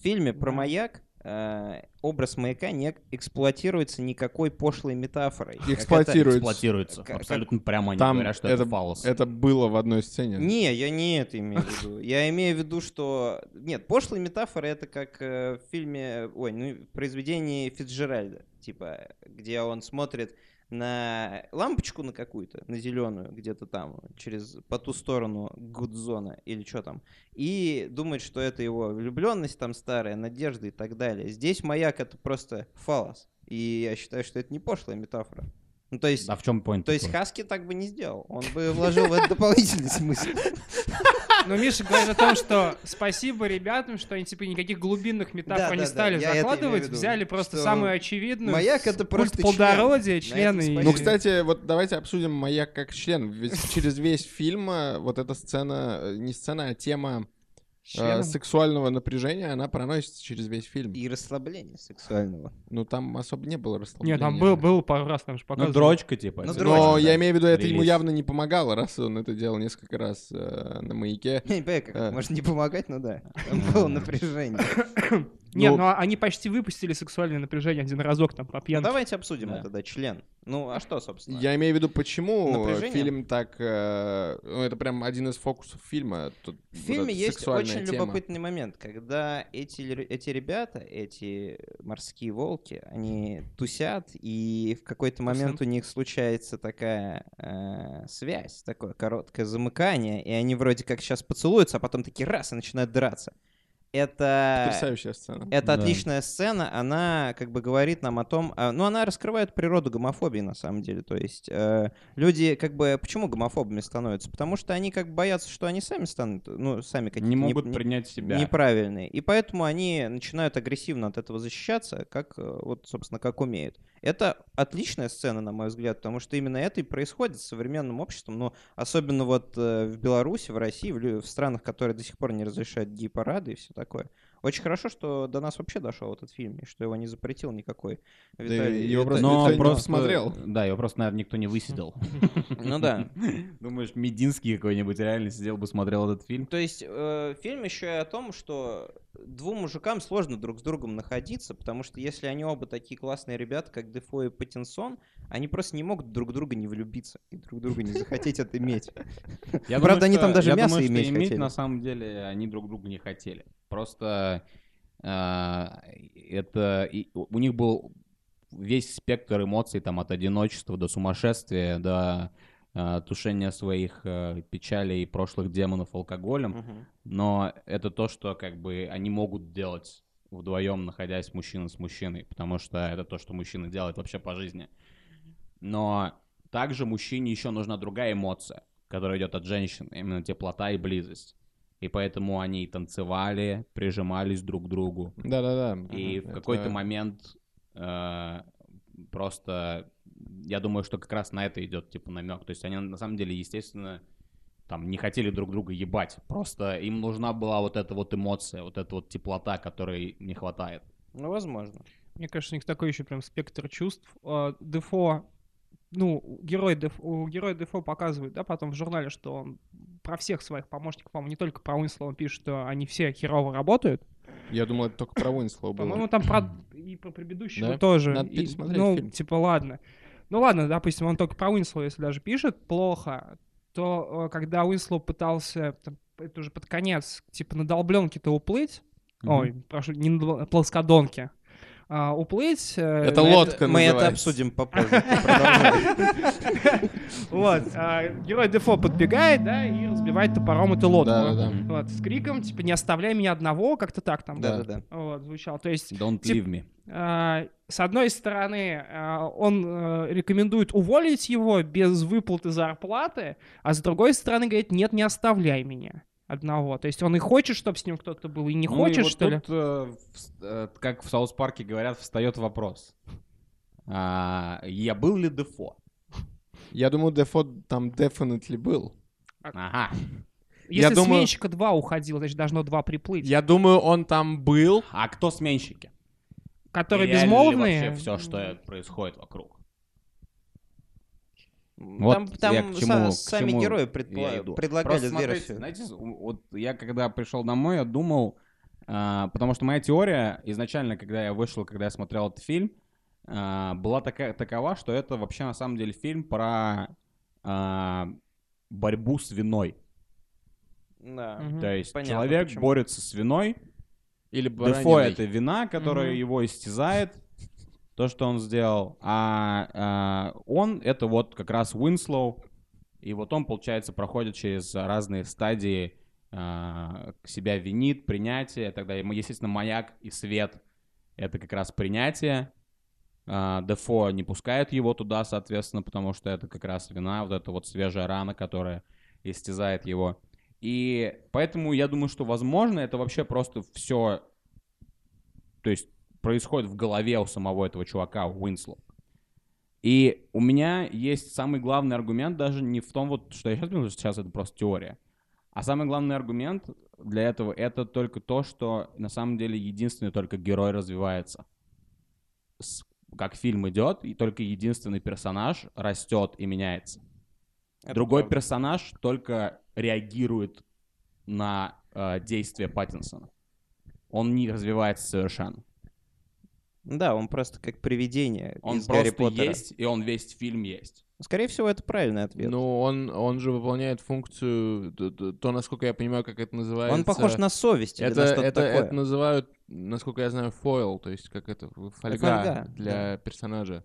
Speaker 4: фильме про
Speaker 1: Да.
Speaker 4: маяк э, образ маяка не эксплуатируется никакой пошлой метафорой. Как это-
Speaker 2: Эксплуатируется.
Speaker 3: эксплуатируется.
Speaker 4: Как-
Speaker 3: Абсолютно прямо они
Speaker 2: Там
Speaker 3: говорят, что
Speaker 2: это-
Speaker 3: это фалос.
Speaker 2: Это было в одной сцене.
Speaker 4: Не, я не это имею в виду. Я имею в виду, что... Нет, пошлые метафоры — это как э, в фильме... Ой, ну, в произведении Фицджеральда, типа, где он смотрит на лампочку на какую-то, на зеленую, где-то там, через по ту сторону Гудзона или что там, и думает, что это его влюбленность там старая, надежда и так далее. Здесь маяк — это просто фалос. И я считаю, что это не пошлая метафора. Ну, то есть...
Speaker 3: А в чем point?
Speaker 4: То есть
Speaker 3: такой?
Speaker 4: Хаски так бы не сделал. Он бы вложил в это дополнительный смысл.
Speaker 1: Но Миша говорит о том, что спасибо ребятам, что они типа никаких глубинных
Speaker 4: Да,
Speaker 1: метафор
Speaker 4: да,
Speaker 1: не
Speaker 4: да,
Speaker 1: стали
Speaker 4: я это имею в
Speaker 1: закладывать,
Speaker 4: виду,
Speaker 1: взяли просто
Speaker 4: что
Speaker 1: самую очевидную.
Speaker 4: маяк это
Speaker 1: культ
Speaker 4: просто член. На
Speaker 1: плодородия,
Speaker 4: этом
Speaker 1: члены. и-
Speaker 4: спасибо.
Speaker 2: Ну, кстати, вот давайте обсудим маяк как член. Ведь через весь фильм э, вот эта сцена, э, не сцена, а тема э,
Speaker 1: членом.
Speaker 2: сексуального напряжения, она проносится через весь фильм.
Speaker 4: И расслабление сексуального.
Speaker 2: Ну, там особо не было расслабления.
Speaker 1: Нет, там был, был пару раз, там же
Speaker 3: Ну,
Speaker 1: показывали.
Speaker 3: дрочка, типа.
Speaker 4: Ну,
Speaker 3: это
Speaker 4: дрочка,
Speaker 2: Но
Speaker 3: да.
Speaker 2: я имею в виду, это ему
Speaker 3: Релиз.
Speaker 2: явно не помогало, раз он это делал несколько раз э, на маяке.
Speaker 4: Я не понимаю, как
Speaker 2: А.
Speaker 4: это может не помогать, но да. Там было напряжение.
Speaker 1: Не,
Speaker 2: Ну-
Speaker 1: ну а они почти выпустили сексуальное напряжение один разок там по
Speaker 4: Ну,
Speaker 1: пьянке.
Speaker 4: Давайте обсудим
Speaker 3: Да.
Speaker 4: это, да, член. Ну, а что, собственно?
Speaker 2: Я имею в виду, почему э,
Speaker 4: Напряжение?
Speaker 2: фильм так... э, ну, это прям один из фокусов фильма. Тут
Speaker 4: В
Speaker 2: вот
Speaker 4: фильме
Speaker 2: эта
Speaker 4: есть
Speaker 2: сексуальная
Speaker 4: очень
Speaker 2: тема.
Speaker 4: любопытный момент, когда эти, лю- эти ребята, эти морские волки, они тусят, и в какой-то момент у них случается такая э, связь, такое короткое замыкание, и они вроде как сейчас поцелуются, а потом такие раз и начинают драться. Это
Speaker 2: Потрясающая сцена.
Speaker 4: Это
Speaker 3: Да.
Speaker 4: отличная сцена, она как бы говорит нам о том, а, ну она раскрывает природу гомофобии на самом деле, то есть э, люди как бы почему гомофобами становятся, потому что они как бы боятся, что они сами станут, ну сами какие-то
Speaker 3: Не
Speaker 4: неп-
Speaker 3: могут
Speaker 4: не-
Speaker 3: принять себя.
Speaker 4: неправильные, и поэтому они начинают агрессивно от этого защищаться, как э, вот собственно как умеют. Это отличная сцена на мой взгляд, потому что именно это и происходит с современным обществом, но особенно вот э, в Беларуси, в России, в, лю- в странах, которые до сих пор не разрешают гей-парады и все такое. Очень хорошо, что до нас вообще дошел этот фильм, и что его не запретил никакой.
Speaker 2: и
Speaker 4: Виталий-
Speaker 2: его
Speaker 4: Вита-
Speaker 2: просто
Speaker 3: Но
Speaker 2: никто не
Speaker 3: просто-
Speaker 2: смотрел.
Speaker 3: Да, его просто, наверное, никто не высидел.
Speaker 4: Ну да.
Speaker 3: Думаешь, Мединский какой-нибудь реально сидел бы, смотрел этот фильм?
Speaker 4: То есть э, фильм еще и о том, что двум мужикам сложно друг с другом находиться, потому что если они оба такие классные ребята, как Дефо и Паттинсон, они просто не могут друг друга не влюбиться и друг друга не захотеть это иметь.
Speaker 3: Я думаю,
Speaker 4: Правда, они
Speaker 3: что-
Speaker 4: там даже
Speaker 3: я
Speaker 4: мясо
Speaker 3: думаю, что
Speaker 4: иметь хотели.
Speaker 3: на самом деле они друг друга не хотели. Просто а, это и- у них был весь спектр эмоций там от одиночества до сумасшествия, до а, тушения своих а, печалей и прошлых демонов алкоголем.
Speaker 4: Мгм.
Speaker 3: Но это то, что как бы они могут делать вдвоем, находясь мужчина с мужчиной, потому что это то, что мужчина делает вообще по жизни. Но также мужчине еще нужна другая эмоция, которая идет от женщин, именно теплота и близость. И поэтому они и танцевали, прижимались друг к другу.
Speaker 2: Да-да-да.
Speaker 3: И
Speaker 2: Мгм.
Speaker 3: в какой-то
Speaker 2: Это-
Speaker 3: момент э, просто, я думаю, что как раз на это идет типа намек. То есть они на самом деле, естественно, там не хотели друг друга ебать. Просто им нужна была вот эта вот эмоция, вот эта вот теплота, которой не хватает.
Speaker 4: Ну, возможно.
Speaker 1: Мне кажется, у них такой еще прям спектр чувств. А, Дефо, ну, герой Деф- у героя Дефо показывает, да, потом в журнале, что он про всех своих помощников, по-моему, не только про Уинслоу, он пишет, что они все херово работают.
Speaker 2: Я думал, это только про Уинслоу
Speaker 1: По-моему,
Speaker 2: было.
Speaker 1: там про... и про предыдущего
Speaker 2: Да?
Speaker 1: тоже.
Speaker 2: Надо
Speaker 1: И,
Speaker 2: пересмотреть
Speaker 1: ну,
Speaker 2: фильм.
Speaker 1: типа, ладно. Ну ладно, допустим, он только про Уинслоу, если даже пишет плохо, то э, когда Уинслоу пытался, там, это уже под конец, типа на долбленке-то уплыть, ой, прошу, не на дол- на плоскодонке, а, уплыть... э,
Speaker 2: Это
Speaker 1: на-
Speaker 4: Мы
Speaker 2: лодка
Speaker 4: это- Мы это
Speaker 2: называется.
Speaker 4: обсудим попозже. Продолжай.
Speaker 1: Вот, а, герой Дефо подбегает, да, и разбивает топором эту лодку.
Speaker 2: Да-да-да.
Speaker 1: Вот, с криком, типа, не оставляй меня одного, как-то так там.
Speaker 4: Да-да-да.
Speaker 1: Вот, звучало. То есть
Speaker 3: Don't
Speaker 1: Тип-
Speaker 3: leave me.
Speaker 1: А, С одной стороны, а, он э, рекомендует уволить его без выплаты зарплаты, а с другой стороны говорит, нет, не оставляй меня одного. То есть он и хочет, чтобы с ним кто-то был, и не
Speaker 3: Ну и
Speaker 1: хочет,
Speaker 3: вот
Speaker 1: что ли?
Speaker 3: тут, э, вс- э, как в Саус Парке говорят, встает вопрос. А, я был ли Дефо?
Speaker 2: Я думал, Дефо там definitely был.
Speaker 3: Ага.
Speaker 1: Если
Speaker 2: я думаю-
Speaker 1: сменщика два уходил, значит, должно два приплыть.
Speaker 2: Я думаю, он там был.
Speaker 3: А кто сменщики?
Speaker 1: Которые
Speaker 3: Реально ли
Speaker 1: безмолвные.
Speaker 3: вообще все, что происходит вокруг. Вот
Speaker 4: Там,
Speaker 3: я
Speaker 4: там
Speaker 3: к чему-
Speaker 4: са-
Speaker 3: к
Speaker 4: сами
Speaker 3: чему
Speaker 4: герои
Speaker 3: я
Speaker 4: предпла-
Speaker 3: иду.
Speaker 4: предлагали
Speaker 3: Просто смотрите,
Speaker 4: версию.
Speaker 3: знаете, у- вот я когда пришел домой, я думал, А, Потому что моя теория изначально, когда я вышел, когда я смотрел этот фильм, а, была такая, такова, что это вообще на самом деле фильм про а, борьбу с виной.
Speaker 4: Да.
Speaker 1: Мгм.
Speaker 3: То есть
Speaker 4: понятно,
Speaker 3: человек
Speaker 4: почему.
Speaker 3: борется с виной,
Speaker 2: Или
Speaker 3: Дефо —
Speaker 2: бараниной.
Speaker 3: это вина, которая
Speaker 1: Мгм.
Speaker 3: его истязает, то, что он сделал. А, а, он — это вот как раз Уинслоу, и вот он, получается, проходит через разные стадии, а, себя винит, принятие, и так далее. М- Естественно, маяк и свет — это как раз принятие. А, Дефо не пускает его туда, соответственно, потому что это как раз вина, вот эта вот свежая рана, которая истязает его. И поэтому я думаю, что, возможно, это вообще просто все то есть происходит в голове у самого этого чувака, у Уинслоу. И у меня есть самый главный аргумент даже не в том, вот, что я сейчас думаю, что сейчас это просто теория. А самый главный аргумент для этого это только то, что на самом деле единственный только герой развивается. С- как фильм идет, и только единственный персонаж растет и меняется.
Speaker 4: Это
Speaker 3: Другой
Speaker 4: правда.
Speaker 3: персонаж только реагирует на э, действия Паттинсона. Он не развивается совершенно.
Speaker 4: Да, он просто как привидение
Speaker 3: Он
Speaker 4: из Гарри
Speaker 3: просто
Speaker 4: Поттера.
Speaker 3: есть, и он весь фильм есть.
Speaker 4: Скорее всего, это правильный ответ.
Speaker 2: Ну, он, он же выполняет функцию, т- т- то, насколько я понимаю, как это называется.
Speaker 4: он похож на совесть или
Speaker 2: это,
Speaker 4: на что-то
Speaker 2: это,
Speaker 4: такое.
Speaker 2: это называют, насколько я знаю, фойл, то есть как это, фольга,
Speaker 4: фольга,
Speaker 2: для персонажа.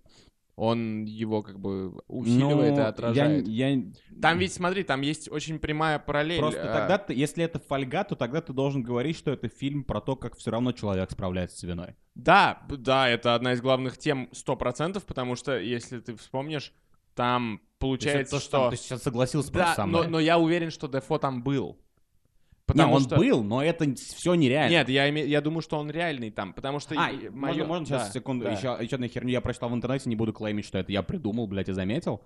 Speaker 2: Он его как бы
Speaker 3: Ну,
Speaker 2: усиливает и
Speaker 3: я-
Speaker 2: отражает.
Speaker 3: Я,
Speaker 2: Там ведь, смотри, там есть очень прямая параллель.
Speaker 3: просто
Speaker 2: а,
Speaker 3: тогда, ты, если это фольга, то тогда ты должен говорить, что это фильм про то, как все равно человек справляется с виной.
Speaker 2: Да, б- да, это одна из главных тем 100%, потому что, если ты вспомнишь, там
Speaker 3: То есть это
Speaker 2: получается,
Speaker 3: то, что
Speaker 2: что...
Speaker 3: ты сейчас согласился просто
Speaker 2: Да,
Speaker 3: со
Speaker 2: но,
Speaker 3: мной.
Speaker 2: но я уверен, что Дефо там был.
Speaker 3: Не,
Speaker 2: Потому
Speaker 3: он
Speaker 2: что...
Speaker 3: был, но это все нереально.
Speaker 2: Нет, я, име- я думаю, что он реальный там, потому что...
Speaker 3: А,
Speaker 2: и-
Speaker 3: можно,
Speaker 2: моё-
Speaker 3: можно сейчас
Speaker 2: да,
Speaker 3: секунду,
Speaker 2: да.
Speaker 3: еще, еще одну херню я прочитал в интернете, не буду клеймить, что это я придумал, блядь, и заметил.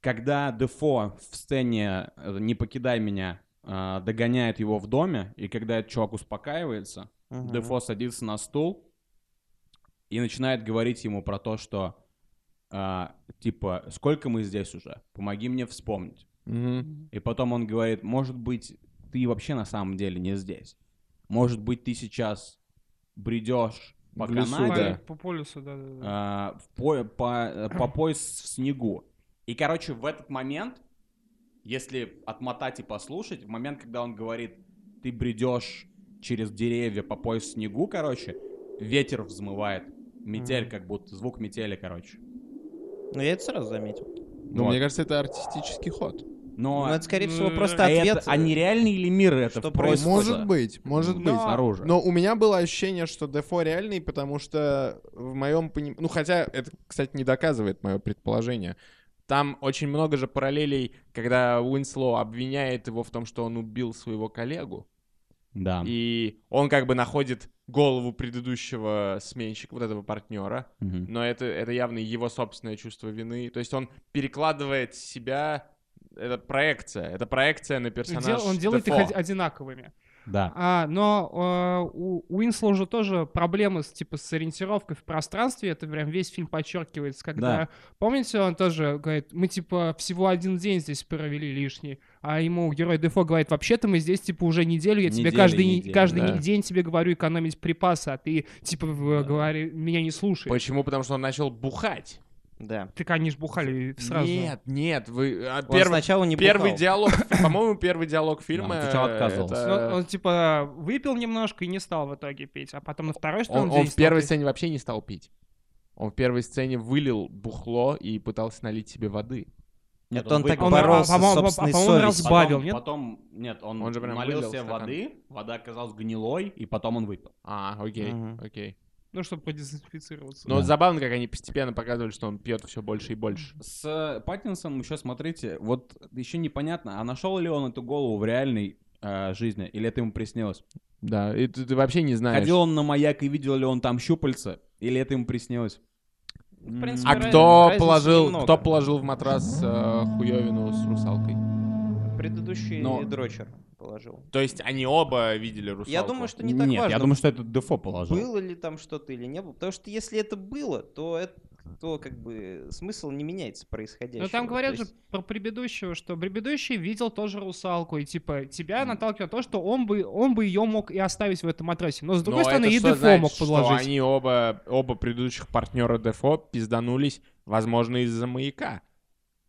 Speaker 3: Когда Дефо в сцене э, «Не покидай меня» э, догоняет его в доме, и когда этот чувак успокаивается,
Speaker 2: ну,
Speaker 4: Мгм.
Speaker 3: Дефо садится на стул и начинает говорить ему про то, что а, типа, сколько мы здесь уже? Помоги мне вспомнить.
Speaker 2: Мгм.
Speaker 3: И потом он говорит, может быть, ты вообще на самом деле не здесь. Может быть, ты сейчас бредешь по
Speaker 2: В лесу,
Speaker 1: По,
Speaker 2: да.
Speaker 3: Канаде,
Speaker 1: по полюсу, да, да, да.
Speaker 3: а, в по, по- э, по пояс в снегу. И, короче, в этот момент, если отмотать и послушать, в момент, когда он говорит, ты бредешь через деревья по пояс в снегу, короче, ветер взмывает. Метель, как будто, звук метели, короче.
Speaker 4: Ну, я это сразу заметил.
Speaker 2: Ну,
Speaker 3: Вот.
Speaker 2: мне кажется, это артистический ход.
Speaker 3: Но
Speaker 4: Ну, это, скорее
Speaker 1: ну,
Speaker 4: всего,
Speaker 1: э,
Speaker 4: просто
Speaker 3: а,
Speaker 4: ответ...
Speaker 3: это, а нереальный ли мир это
Speaker 4: что
Speaker 3: просто?
Speaker 4: происходит?
Speaker 2: Может быть, может
Speaker 3: Ну,
Speaker 2: быть.
Speaker 3: снаружи.
Speaker 2: Но у меня было ощущение, что Дефо реальный, потому что в моем понимании... Ну, хотя это, кстати, не доказывает мое предположение. Там очень много же параллелей, когда Уинслоу обвиняет его в том, что он убил своего коллегу.
Speaker 3: Да.
Speaker 2: И он как бы находит голову предыдущего сменщика, вот этого партнера.
Speaker 3: Мгм.
Speaker 2: Но это, это явно его собственное чувство вины. То есть он перекладывает с себя... Это проекция. Это проекция на персонажа
Speaker 1: Дел- он делает их
Speaker 2: Дефо.
Speaker 1: оди- а, одинаковыми.
Speaker 3: Да.
Speaker 1: А, но э, у у Уинслоу же тоже проблемы с, типа, с ориентировкой в пространстве. Это прям весь фильм подчеркивается, когда...
Speaker 3: Да.
Speaker 1: Помните, он тоже говорит, мы, типа, всего один день здесь провели лишний. А ему герой Дефо говорит, вообще-то мы здесь, типа, уже неделю, я тебе
Speaker 3: Неделю,
Speaker 1: каждый, не-
Speaker 3: неделю,
Speaker 1: каждый
Speaker 2: да.
Speaker 1: не- день тебе говорю экономить припасы, а ты, типа, в- говори, меня не слушаешь.
Speaker 2: Почему? Потому что он начал бухать.
Speaker 4: Да.
Speaker 1: Так они ж бухали сразу.
Speaker 2: Нет, нет, вы а,
Speaker 4: Он
Speaker 2: первый,
Speaker 4: сначала не
Speaker 2: первый
Speaker 4: бухал.
Speaker 2: диалог, по-моему, первый диалог фильма.
Speaker 3: Да, он сначала
Speaker 2: э,
Speaker 3: отказывался.
Speaker 1: Он,
Speaker 2: это-
Speaker 1: он, типа, выпил немножко и не стал в итоге пить. А потом на второй, что он,
Speaker 2: Он, он
Speaker 1: день
Speaker 2: в
Speaker 1: стал
Speaker 2: первой
Speaker 1: пить?
Speaker 2: сцене вообще не стал пить. Он в первой сцене вылил бухло и пытался налить себе воды.
Speaker 3: Нет,
Speaker 4: Это он так
Speaker 1: Он,
Speaker 3: выпил.
Speaker 4: боролся
Speaker 1: а,
Speaker 4: с
Speaker 1: по-моему,
Speaker 4: собственной
Speaker 1: а, по-моему, он
Speaker 4: совестью.
Speaker 1: разбавил,
Speaker 3: потом,
Speaker 1: нет?
Speaker 3: Потом, нет, он,
Speaker 2: Он же прям
Speaker 3: налил
Speaker 2: вылил
Speaker 3: себе
Speaker 2: стакан.
Speaker 3: воды, вода оказалась гнилой, и потом он выпил.
Speaker 2: А, окей,
Speaker 4: Мгм.
Speaker 2: окей.
Speaker 1: Ну, чтобы продезинфицироваться.
Speaker 2: Но
Speaker 3: Да.
Speaker 2: забавно, как они постепенно показывали, что он пьет все больше и больше.
Speaker 3: С э, Паттинсоном еще смотрите, вот еще непонятно, а нашел ли он эту голову в реальной э, жизни, или это ему приснилось?
Speaker 2: Да, и ты, ты вообще не знаешь.
Speaker 3: Ходил он на маяк и видел ли он там щупальца, или это ему приснилось?
Speaker 4: В принципе,
Speaker 2: А
Speaker 4: Разницы-
Speaker 2: кто
Speaker 4: разницы
Speaker 2: положил,
Speaker 4: немного.
Speaker 2: кто положил в матрас э, хуевину с русалкой?
Speaker 4: Предыдущий
Speaker 2: Ну.
Speaker 3: Но-
Speaker 4: дрочер положил.
Speaker 2: То есть они оба видели русалку.
Speaker 4: Я думаю, что не так
Speaker 3: Нет,
Speaker 4: важно,
Speaker 3: я думаю, что это Дефо положил.
Speaker 4: было ли там что-то или не было. Потому что если это было, то это то как бы смысл не меняется происходящего.
Speaker 1: Но Ну, там
Speaker 4: То
Speaker 1: говорят же
Speaker 4: есть-
Speaker 1: про предыдущего, что предыдущий видел тоже русалку, и типа тебя наталкивает на то, что он бы, он бы ее мог и оставить в этом отрасте. Но с другой
Speaker 2: Но
Speaker 1: стороны,
Speaker 2: это
Speaker 1: и
Speaker 2: что
Speaker 1: Дефо
Speaker 2: значит,
Speaker 1: мог
Speaker 2: что
Speaker 1: подложить.
Speaker 2: они оба, оба предыдущих партнера Дефо пизданулись, возможно, из-за маяка.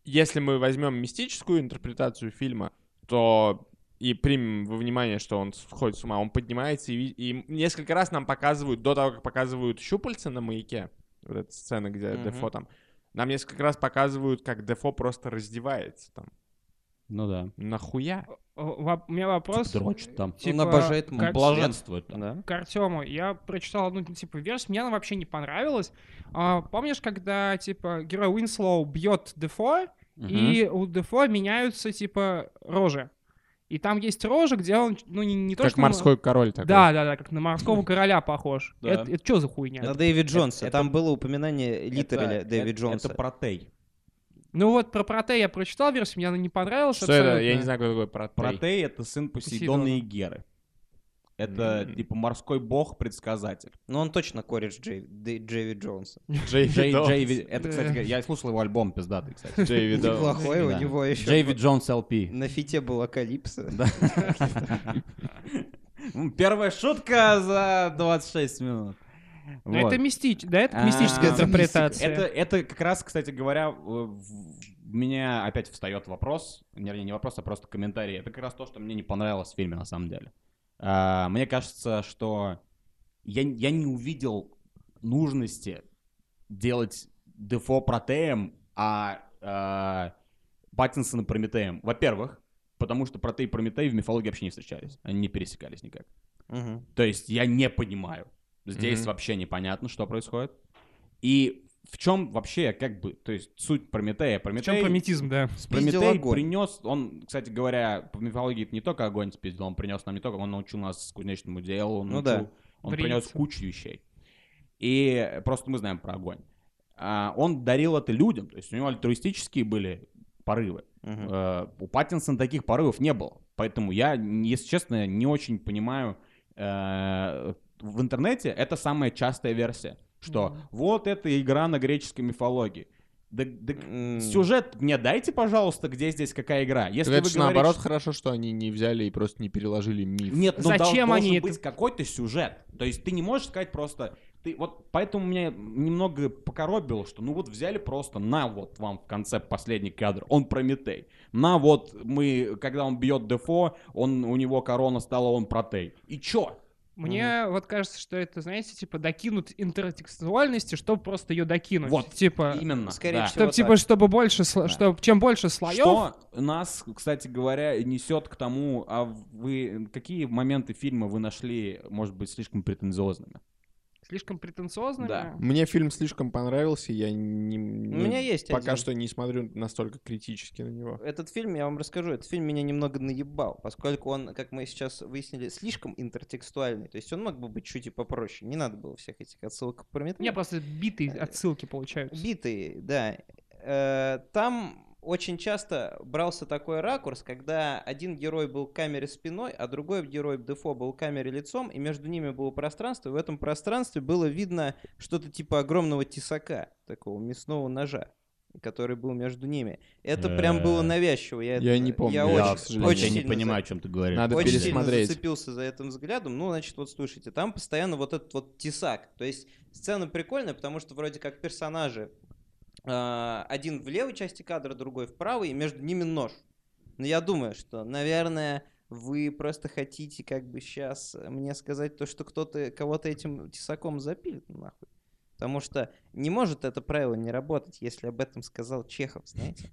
Speaker 2: Если мы возьмем мистическую интерпретацию фильма, то и примем во внимание, что он сходит с ума, он поднимается, и, ви- и несколько раз нам показывают, до того, как показывают щупальца на маяке, вот эта сцена, где
Speaker 4: Мгм.
Speaker 2: Дефо там, нам несколько раз показывают, как Дефо просто раздевается там.
Speaker 3: Ну да.
Speaker 2: Нахуя?
Speaker 1: О, во- Э, У меня вопрос.
Speaker 3: Типа дрочит там. Типа
Speaker 4: Он обожает
Speaker 1: к-
Speaker 4: маму.
Speaker 3: Блаженствует там.
Speaker 4: Да.
Speaker 1: к Артему. Я прочитал одну, типа, версию, мне она вообще не понравилась. А, помнишь, когда, типа, герой Уинслоу бьет Дефо, и у Дефо меняются, типа, рожи. И там есть рожа, где он, ну, не, не то,
Speaker 2: Как
Speaker 1: что...
Speaker 2: морской король такой.
Speaker 1: Да, да, да, как на морского короля похож.
Speaker 3: Да.
Speaker 1: Это, что за хуйня?
Speaker 4: На Дэвид Джонса.
Speaker 3: это-
Speaker 4: Там было упоминание литераля
Speaker 3: Литерали
Speaker 4: Дэвид Джонса.
Speaker 3: Это протей.
Speaker 1: Ну вот про Проте я прочитал версию, мне она не понравилась.
Speaker 2: Что это? Я
Speaker 1: абсолютно.
Speaker 2: не знаю, кто такой протей.
Speaker 3: Протей — это сын
Speaker 1: Посейдона.
Speaker 3: Посейдона и Геры. Это
Speaker 2: М.
Speaker 3: типа морской бог-предсказатель.
Speaker 4: Но Ну, он точно кореш Джей- Дэ- Дэвид Джонса.
Speaker 2: Джей
Speaker 3: Джей,
Speaker 2: Видос.
Speaker 3: Джей, Ви- это,
Speaker 1: Да.
Speaker 3: кстати, я слушал его альбом пиздатый, кстати.
Speaker 2: Джей Видос.
Speaker 4: Неплохой у
Speaker 3: Да.
Speaker 4: него еще.
Speaker 3: Джейви Джонс LP.
Speaker 4: На фите была Калипсо.
Speaker 3: Да. М, Первая шутка за 26 минут.
Speaker 1: Но
Speaker 3: Вот.
Speaker 1: Ну, это мистич... Да, это мистическая
Speaker 3: А,
Speaker 1: интерпретация.
Speaker 3: Это, это как раз, кстати говоря, э, в- у меня опять встает вопрос, вернее, не вопрос, а просто комментарий. Это как раз то, что мне не понравилось в фильме, на самом деле. А, Мне кажется, что я, я не увидел нужности делать Дефо Протеем, а, а Паттинсона Прометеем. Во-первых, потому что Протей и Прометей в мифологии вообще не встречались. Они не пересекались никак.
Speaker 4: Мгм.
Speaker 3: То есть я не понимаю. Здесь
Speaker 2: Мгм.
Speaker 3: вообще непонятно, что происходит. И в чем вообще, как бы, то есть суть Прометея.
Speaker 1: В чем
Speaker 3: Прометей,
Speaker 1: прометизм, да.
Speaker 4: Спиздил
Speaker 3: Прометей
Speaker 4: огонь.
Speaker 3: принес, он, кстати говоря, в мифологии это не только огонь спиздил, он принес нам не только, он научил нас кузнечному делу, он,
Speaker 4: Ну
Speaker 3: научил-
Speaker 4: да.
Speaker 3: он
Speaker 1: Бриться.
Speaker 3: принес кучу вещей. И просто мы знаем про огонь. А, он дарил это людям, то есть у него альтруистические были порывы.
Speaker 4: Мгм.
Speaker 3: Э, У Паттинсона таких порывов не было. Поэтому я, н- если честно, не очень понимаю. э, В интернете это самая частая версия, что
Speaker 1: Мгм.
Speaker 3: вот это игра на греческой мифологии. Да- да
Speaker 4: М.
Speaker 3: Сюжет мне дайте, пожалуйста, где здесь какая игра. Если
Speaker 2: Так это
Speaker 3: вы
Speaker 2: ж наоборот
Speaker 3: говорите,
Speaker 2: хорошо, что они не взяли и просто не переложили миф.
Speaker 3: что- Нет, ну
Speaker 1: Зачем
Speaker 3: Зачем должен
Speaker 1: они это-
Speaker 3: быть какой-то сюжет. То есть ты не можешь сказать просто... Ты, вот поэтому меня немного покоробило, что ну вот взяли просто, на вот вам в конце последний кадр, он Прометей. На вот мы, когда он бьет Дефо, он, у него корона стала, он Протей. И чё?
Speaker 1: Мне вот кажется, что это, знаете, типа докинут интертекстуальности, чтобы просто ее докинуть.
Speaker 3: Вот,
Speaker 1: типа,
Speaker 3: Именно.
Speaker 4: скорее
Speaker 3: да.
Speaker 4: всего,
Speaker 1: чтобы
Speaker 4: вот
Speaker 1: типа,
Speaker 4: так.
Speaker 1: чтобы больше, сло-
Speaker 3: Да.
Speaker 1: чтоб- чем больше слоев,
Speaker 3: Что нас, кстати говоря, несет к тому, а вы какие моменты фильма вы нашли, может быть, слишком претензиозными?
Speaker 1: слишком претенциозными.
Speaker 3: Да.
Speaker 2: Мне фильм слишком понравился, я не,
Speaker 4: У меня есть
Speaker 2: пока
Speaker 4: один.
Speaker 2: что не смотрю настолько критически на него.
Speaker 4: Этот фильм, я вам расскажу, этот фильм меня немного наебал, поскольку он, как мы сейчас выяснили, слишком интертекстуальный. То есть он мог бы быть чуть и попроще. Не надо было всех этих отсылок к Прометею.
Speaker 1: Не, просто битые отсылки получаются.
Speaker 4: Битые, да. Э, Там очень часто брался такой ракурс, когда один герой был к камере спиной, а другой герой Дефо был к камере лицом, и между ними было пространство, и в этом пространстве было видно что-то типа огромного тесака, такого мясного ножа, который был между ними. Это прям было
Speaker 3: Э,
Speaker 4: навязчиво. Я,
Speaker 2: я
Speaker 4: это-
Speaker 2: не помню,
Speaker 4: Я
Speaker 2: я, к
Speaker 4: очень,
Speaker 2: сожалению.
Speaker 4: очень
Speaker 2: Я не
Speaker 4: сильно за-
Speaker 3: о чем ты говоришь.
Speaker 2: Надо
Speaker 4: очень сильно
Speaker 2: пересмотреть.
Speaker 4: зацепился за этим взглядом. Ну, значит, вот слушайте, там постоянно вот этот вот тесак. То есть сцена прикольная, потому что вроде как персонажи э, один в левой части кадра, другой в правой, и между ними нож. Но я думаю, что, наверное, вы просто хотите как бы сейчас мне сказать то, что кто-то кого-то этим тесаком запилит ну, нахуй. Потому что не может это правило не работать, если об этом сказал Чехов, знаете.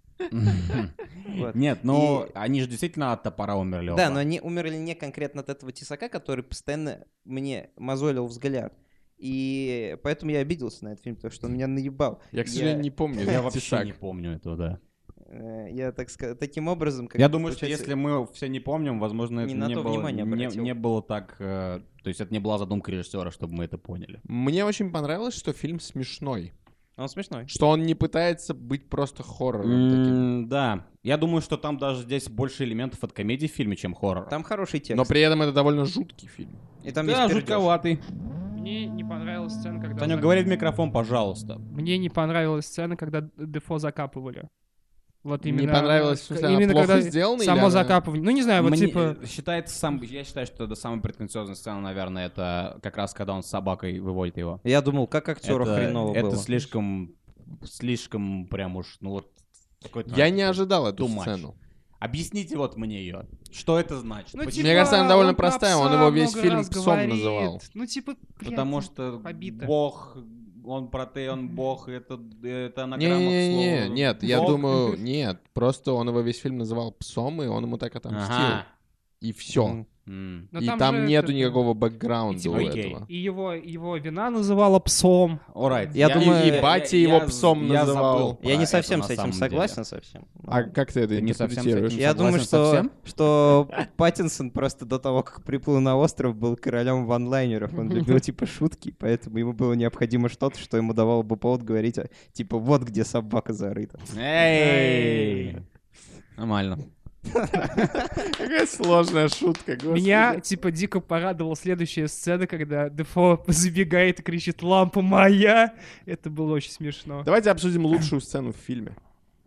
Speaker 4: Вот.
Speaker 3: Нет, но они же действительно от топора умерли.
Speaker 4: Да,
Speaker 3: оба.
Speaker 4: но они умерли не конкретно от этого тесака, который постоянно мне мозолил взгляд. И поэтому я обиделся на этот фильм, потому что он меня наебал.
Speaker 2: Я, к сожалению, не помню.
Speaker 3: Я
Speaker 2: этот
Speaker 3: вообще
Speaker 2: тесак.
Speaker 3: не помню этого, да.
Speaker 4: Э, Я, так сказать, таким образом... как
Speaker 3: Я
Speaker 4: бы,
Speaker 3: думаю, что
Speaker 4: получается,
Speaker 3: если мы все не помним, возможно, это
Speaker 4: Не на
Speaker 3: не
Speaker 4: то
Speaker 3: было-
Speaker 4: внимание
Speaker 3: не-
Speaker 4: обратил.
Speaker 3: не было так... э, То есть это не была задумка режиссера, чтобы мы это поняли.
Speaker 2: Мне очень понравилось, что фильм смешной.
Speaker 4: Он смешной.
Speaker 2: Что он не пытается быть просто хоррором таким.
Speaker 3: М, Да, я думаю, что там даже здесь больше элементов от комедии в фильме, чем хоррора.
Speaker 4: Там хороший текст.
Speaker 2: Но при этом это довольно жуткий фильм.
Speaker 4: И там
Speaker 3: да,
Speaker 4: есть пердёж.
Speaker 3: жутковатый.
Speaker 1: Мне не понравилась сцена, когда...
Speaker 3: Танек,
Speaker 1: зак-
Speaker 3: говори в микрофон, пожалуйста.
Speaker 1: Мне не понравилась сцена, когда Д- Дефо закапывали. Вот именно...
Speaker 5: не понравилось, в
Speaker 1: к-
Speaker 5: смысле, она плохо сделана? или
Speaker 1: Само
Speaker 5: она-
Speaker 1: закапывание. Ну, не знаю, вот
Speaker 3: Мне,
Speaker 1: типа...
Speaker 3: э, Считается сам... Я считаю, что это самая претенциозная сцена, наверное, это как раз, когда он с собакой выводит его.
Speaker 4: Я думал, как актеру
Speaker 3: это,
Speaker 4: хреново
Speaker 3: это
Speaker 4: было.
Speaker 3: слишком... Слишком прям уж, ну вот... какой-то-
Speaker 5: Я не ожидал эту
Speaker 3: Too much.
Speaker 5: сцену.
Speaker 3: Объясните вот мне ее. Что это значит?
Speaker 1: Ну,
Speaker 3: Почему?
Speaker 1: типа,
Speaker 5: Мне кажется, она довольно
Speaker 1: он про
Speaker 5: простая, он
Speaker 1: пса
Speaker 5: его весь
Speaker 1: много
Speaker 5: фильм
Speaker 1: раз
Speaker 5: псом
Speaker 1: говорит.
Speaker 5: называл.
Speaker 1: Ну, типа, блядь,
Speaker 3: Потому что
Speaker 1: побито.
Speaker 3: бог, он протей, он бог, это, это
Speaker 5: Не,
Speaker 3: анаграмма к
Speaker 5: не, не,
Speaker 3: слову
Speaker 5: нет, я
Speaker 3: бог.
Speaker 5: думаю, нет, просто он его весь фильм называл псом, и он ему так отомстил.
Speaker 3: Ага.
Speaker 5: И все.
Speaker 4: М.
Speaker 3: М.
Speaker 1: Но
Speaker 5: и там,
Speaker 1: ну, же
Speaker 5: нету
Speaker 1: этот,
Speaker 5: никакого
Speaker 1: И
Speaker 5: бэкграунда
Speaker 1: типа,
Speaker 5: у
Speaker 3: окей.
Speaker 5: этого.
Speaker 1: И его, его вина называла псом.
Speaker 3: Alright,
Speaker 4: Я думаю-
Speaker 5: И батя его
Speaker 3: з-
Speaker 5: псом
Speaker 3: я забыл
Speaker 5: называл.
Speaker 3: про
Speaker 4: Я не
Speaker 3: это
Speaker 4: совсем
Speaker 3: на
Speaker 4: с этим
Speaker 3: самом
Speaker 4: согласен совсем.
Speaker 5: А как ты это
Speaker 3: Ты не совсем с
Speaker 5: интерпретируешь?
Speaker 3: этим
Speaker 4: Я думаю,
Speaker 3: согласен
Speaker 4: что,
Speaker 3: совсем?
Speaker 4: что Паттинсон просто до того, как приплыл на остров, был королем ванлайнеров. Он любил типа шутки, поэтому ему было необходимо что-то, что ему давало бы повод говорить, а, типа вот где собака зарыта.
Speaker 3: деле. Эй! Нормально.
Speaker 5: Какая сложная шутка, господи.
Speaker 1: Меня, типа, дико порадовала следующая сцена, когда Дефо забегает и кричит «Лампа моя!» Это было очень смешно.
Speaker 2: Давайте обсудим лучшую сцену в фильме.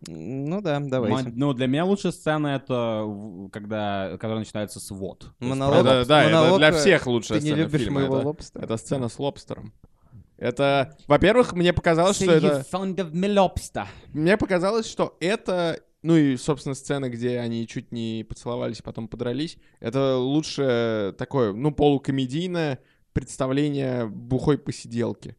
Speaker 4: Ну да, давайте.
Speaker 3: Мо- Ну, для меня лучшая сцена это, в- когда, которая начинается с вот.
Speaker 4: Монолог.
Speaker 2: Да, да, это
Speaker 4: монолог,
Speaker 2: для
Speaker 4: э,
Speaker 2: всех лучшая
Speaker 4: Ты не
Speaker 2: сцена
Speaker 4: любишь
Speaker 2: фильма.
Speaker 4: моего
Speaker 2: это-
Speaker 4: лобстера?
Speaker 2: Это сцена с лобстером. Это, во-первых, мне показалось, что это... Мне показалось, что это... Ну и, собственно, сцена, где они чуть не поцеловались, потом подрались. Это лучшее такое, ну, полукомедийное представление бухой посиделки.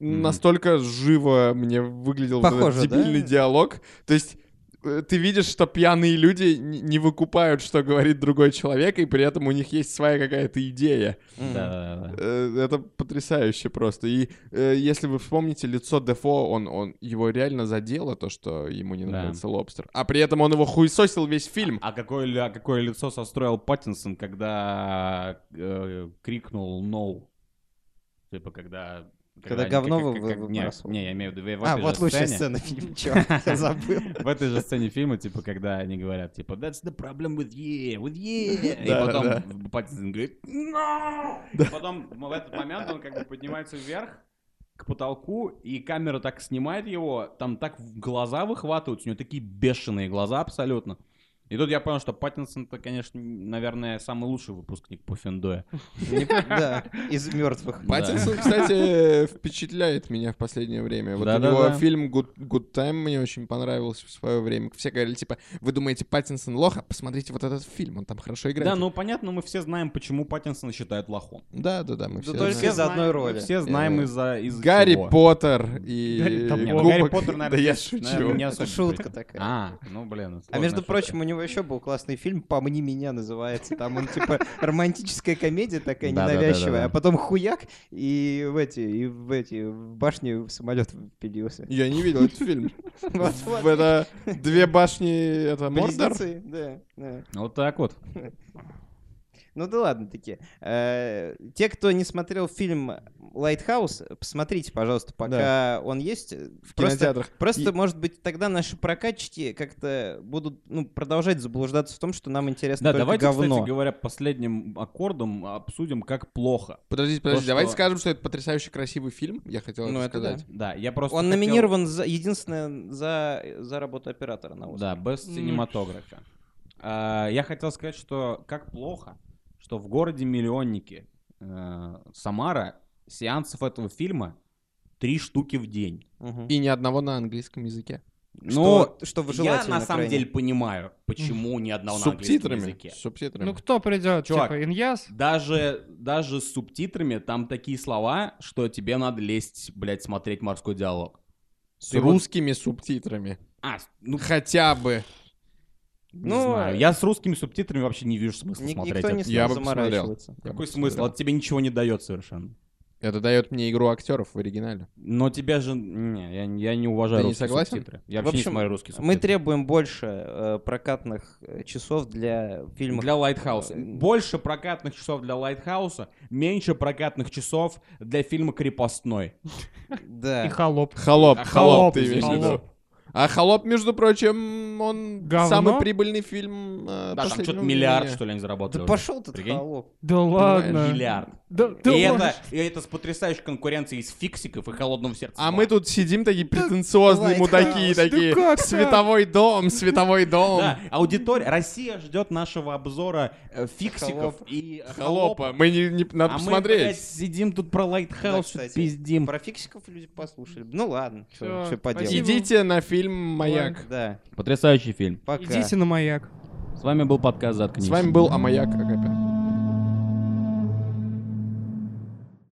Speaker 3: Мгм.
Speaker 2: Настолько живо мне выглядел вот этот
Speaker 4: Похоже, да?
Speaker 2: дебильный диалог. То есть э, ты видишь, что пьяные люди н- не выкупают, что говорит другой человек, и при этом у них есть своя какая-то идея.
Speaker 4: М.
Speaker 3: Да,
Speaker 2: Э, Это потрясающе просто. И э, если вы вспомните лицо Дефо, он, он его реально задело то, что ему не
Speaker 3: Да.
Speaker 2: нравится лобстер. А при этом он его хуесосил весь фильм.
Speaker 3: А какое, ли- а какое лицо состроил Паттинсон, когда э, крикнул «no»? Типа, когда...
Speaker 4: Когда
Speaker 3: они-
Speaker 4: говно
Speaker 3: как-
Speaker 4: вы-
Speaker 3: как- как-
Speaker 4: вы-
Speaker 3: не,
Speaker 4: выбрасывал.
Speaker 3: Не, я имею в виду... в
Speaker 4: А,
Speaker 3: этой
Speaker 4: вот
Speaker 3: же
Speaker 4: лучшая
Speaker 3: сцене.
Speaker 4: сцена фильма, чёрт, я забыл.
Speaker 3: В этой же сцене фильма, типа, когда они говорят, типа, that's the problem with you, with you. И
Speaker 2: Да,
Speaker 3: потом
Speaker 2: да.
Speaker 3: Паттинсон говорит, no! И потом в этот момент он как бы поднимается вверх, к потолку, и камера так снимает его, там так в глаза выхватывают, у него такие бешеные глаза абсолютно. И тут я понял, что Паттинсон это, конечно, наверное, самый лучший выпускник по Финдоя.
Speaker 4: Не- Да, из мертвых.
Speaker 2: Паттинсон, кстати, впечатляет меня в последнее время. Вот у
Speaker 3: Да-да-да.
Speaker 2: него фильм Good, Good Time мне очень понравился в свое время. Все говорили, типа, вы думаете, Паттинсон лох? А посмотрите вот этот фильм, он там хорошо
Speaker 3: Да,
Speaker 2: играет.
Speaker 3: ну понятно, мы все знаем, почему Паттинсона считают лохом.
Speaker 2: Да, да, да, мы все
Speaker 4: Да только
Speaker 2: знаем.
Speaker 4: из-за одной
Speaker 3: Мы
Speaker 4: роли.
Speaker 3: Все знаем
Speaker 2: Э,
Speaker 3: из-за из
Speaker 2: Гарри Поттер и...
Speaker 1: Гарри- там
Speaker 3: Нет,
Speaker 1: Губок.
Speaker 3: ну, Гарри Поттер,
Speaker 2: Да
Speaker 3: наверное,
Speaker 2: я
Speaker 3: здесь, наверное,
Speaker 2: шучу.
Speaker 3: не особо
Speaker 4: Шутка
Speaker 3: прикольно.
Speaker 4: такая.
Speaker 3: А, ну блин.
Speaker 4: А между прочим, у него еще был классный фильм «Помни меня» называется. Там он типа романтическая комедия такая
Speaker 3: Да-да-да-да-да.
Speaker 4: ненавязчивая, а потом хуяк и в эти, и в эти, в башню в самолет впилился.
Speaker 2: Я не видел этот фильм.
Speaker 4: Вот, вот.
Speaker 2: В Это две башни, это Мордор?
Speaker 4: Близнецы, да, да.
Speaker 3: вот так вот.
Speaker 4: Ну да ладно таки. Э, Те, кто не смотрел фильм «Лайтхаус», посмотрите, пожалуйста, пока он есть.
Speaker 2: В
Speaker 4: Просто
Speaker 2: кинотеатрах.
Speaker 4: Просто,
Speaker 2: И-
Speaker 4: может быть, тогда наши прокачки как-то будут ну, продолжать заблуждаться в том, что нам интересно
Speaker 3: Да,
Speaker 4: только
Speaker 3: давайте,
Speaker 4: говно.
Speaker 3: кстати говоря, последним аккордом обсудим, как плохо.
Speaker 2: Подождите, подождите, давайте
Speaker 3: что-
Speaker 2: скажем, что это потрясающе красивый фильм, я хотел
Speaker 4: Ну,
Speaker 2: это
Speaker 4: это да.
Speaker 2: сказать.
Speaker 3: Да, я просто.
Speaker 4: Он
Speaker 3: хотел-
Speaker 4: номинирован за единственное за, за работу оператора на
Speaker 3: Да,
Speaker 4: Оскар.
Speaker 3: без
Speaker 1: М.
Speaker 3: синематографа. А, Я хотел сказать, что как плохо, что в городе миллионники э, Самара сеансов этого фильма три штуки в день.
Speaker 4: Мгм.
Speaker 2: И ни одного на английском языке.
Speaker 3: Но
Speaker 4: что, что вы
Speaker 3: я
Speaker 4: желательно
Speaker 3: на самом
Speaker 4: крайне.
Speaker 3: деле понимаю, почему ни одного
Speaker 2: С
Speaker 3: на английском
Speaker 2: субтитрами.
Speaker 3: языке.
Speaker 2: С субтитрами.
Speaker 1: Ну, кто придет?
Speaker 3: Чувак.
Speaker 1: Типа, Иньяс?
Speaker 3: Даже, даже с субтитрами там такие слова, что тебе надо лезть, блядь, смотреть морской диалог.
Speaker 2: С
Speaker 3: ты вот-
Speaker 2: русскими субтитрами.
Speaker 3: А, с- ну,
Speaker 2: Хотя бы.
Speaker 3: не
Speaker 4: Ну,
Speaker 3: знаю. Я с русскими субтитрами вообще не вижу смысла
Speaker 4: Ни-
Speaker 3: смотреть.
Speaker 4: никто не
Speaker 3: это.
Speaker 4: стал
Speaker 2: Я бы посмотрел.
Speaker 4: заморачиваться.
Speaker 3: Какой смысл? От тебе ничего не дает совершенно.
Speaker 2: Это дает мне игру актеров в оригинале.
Speaker 3: Но тебя же... Не, я, не- я не уважаю
Speaker 2: Ты не
Speaker 3: русские
Speaker 2: согласен?
Speaker 3: субтитры. Я
Speaker 4: В
Speaker 3: вообще
Speaker 4: общем,
Speaker 3: не смотрю русские
Speaker 4: Мы
Speaker 3: субтитры.
Speaker 4: требуем больше э, прокатных э, часов для фильмов.
Speaker 3: Для Лайтхауса.
Speaker 4: Э,
Speaker 3: Больше прокатных часов для Лайтхауса, меньше прокатных часов для фильма «Крепостной».
Speaker 4: Да.
Speaker 1: И Холоп.
Speaker 2: Холоп,
Speaker 3: А,
Speaker 2: холоп,
Speaker 1: холоп,
Speaker 2: ты имеешь в виду.
Speaker 1: холоп.
Speaker 2: А «Холоп», между прочим, он
Speaker 1: Говно?
Speaker 2: самый прибыльный фильм э,
Speaker 3: Да, там
Speaker 2: последнего
Speaker 3: что-то миллиард,
Speaker 2: времени.
Speaker 3: что ли, они заработали.
Speaker 4: Да
Speaker 3: уже.
Speaker 4: пошел ты,
Speaker 3: Прикинь?
Speaker 4: холоп.
Speaker 1: Да ладно.
Speaker 3: Миллиард.
Speaker 1: Да, да
Speaker 3: И
Speaker 1: ладно.
Speaker 3: это, и это с потрясающей конкуренцией из фиксиков и холодного сердца.
Speaker 2: А
Speaker 3: два.
Speaker 2: мы тут сидим такие претенциозные
Speaker 4: Лайтхаус,
Speaker 2: мудаки,
Speaker 1: да
Speaker 2: такие,
Speaker 1: как так?
Speaker 2: световой дом, световой дом.
Speaker 3: Да, аудитория, Россия ждет нашего обзора э, фиксиков и холопа.
Speaker 2: Холопа, мы не, не- надо
Speaker 3: а мы, блядь,
Speaker 2: посмотреть.
Speaker 3: сидим тут про
Speaker 4: Да,
Speaker 3: Лайтхаус, что-то
Speaker 4: кстати.
Speaker 3: пиздим.
Speaker 4: Про фиксиков люди послушали. Ну ладно,
Speaker 1: Всё,
Speaker 4: что поделать.
Speaker 1: спасибо.
Speaker 2: Идите на фильм «Маяк».
Speaker 4: Да,
Speaker 3: Потрясающий фильм.
Speaker 4: пока.
Speaker 1: Идите на маяк.
Speaker 3: С вами был подкаст «Заткнись».
Speaker 2: С вами был «А Амаяк Агапин.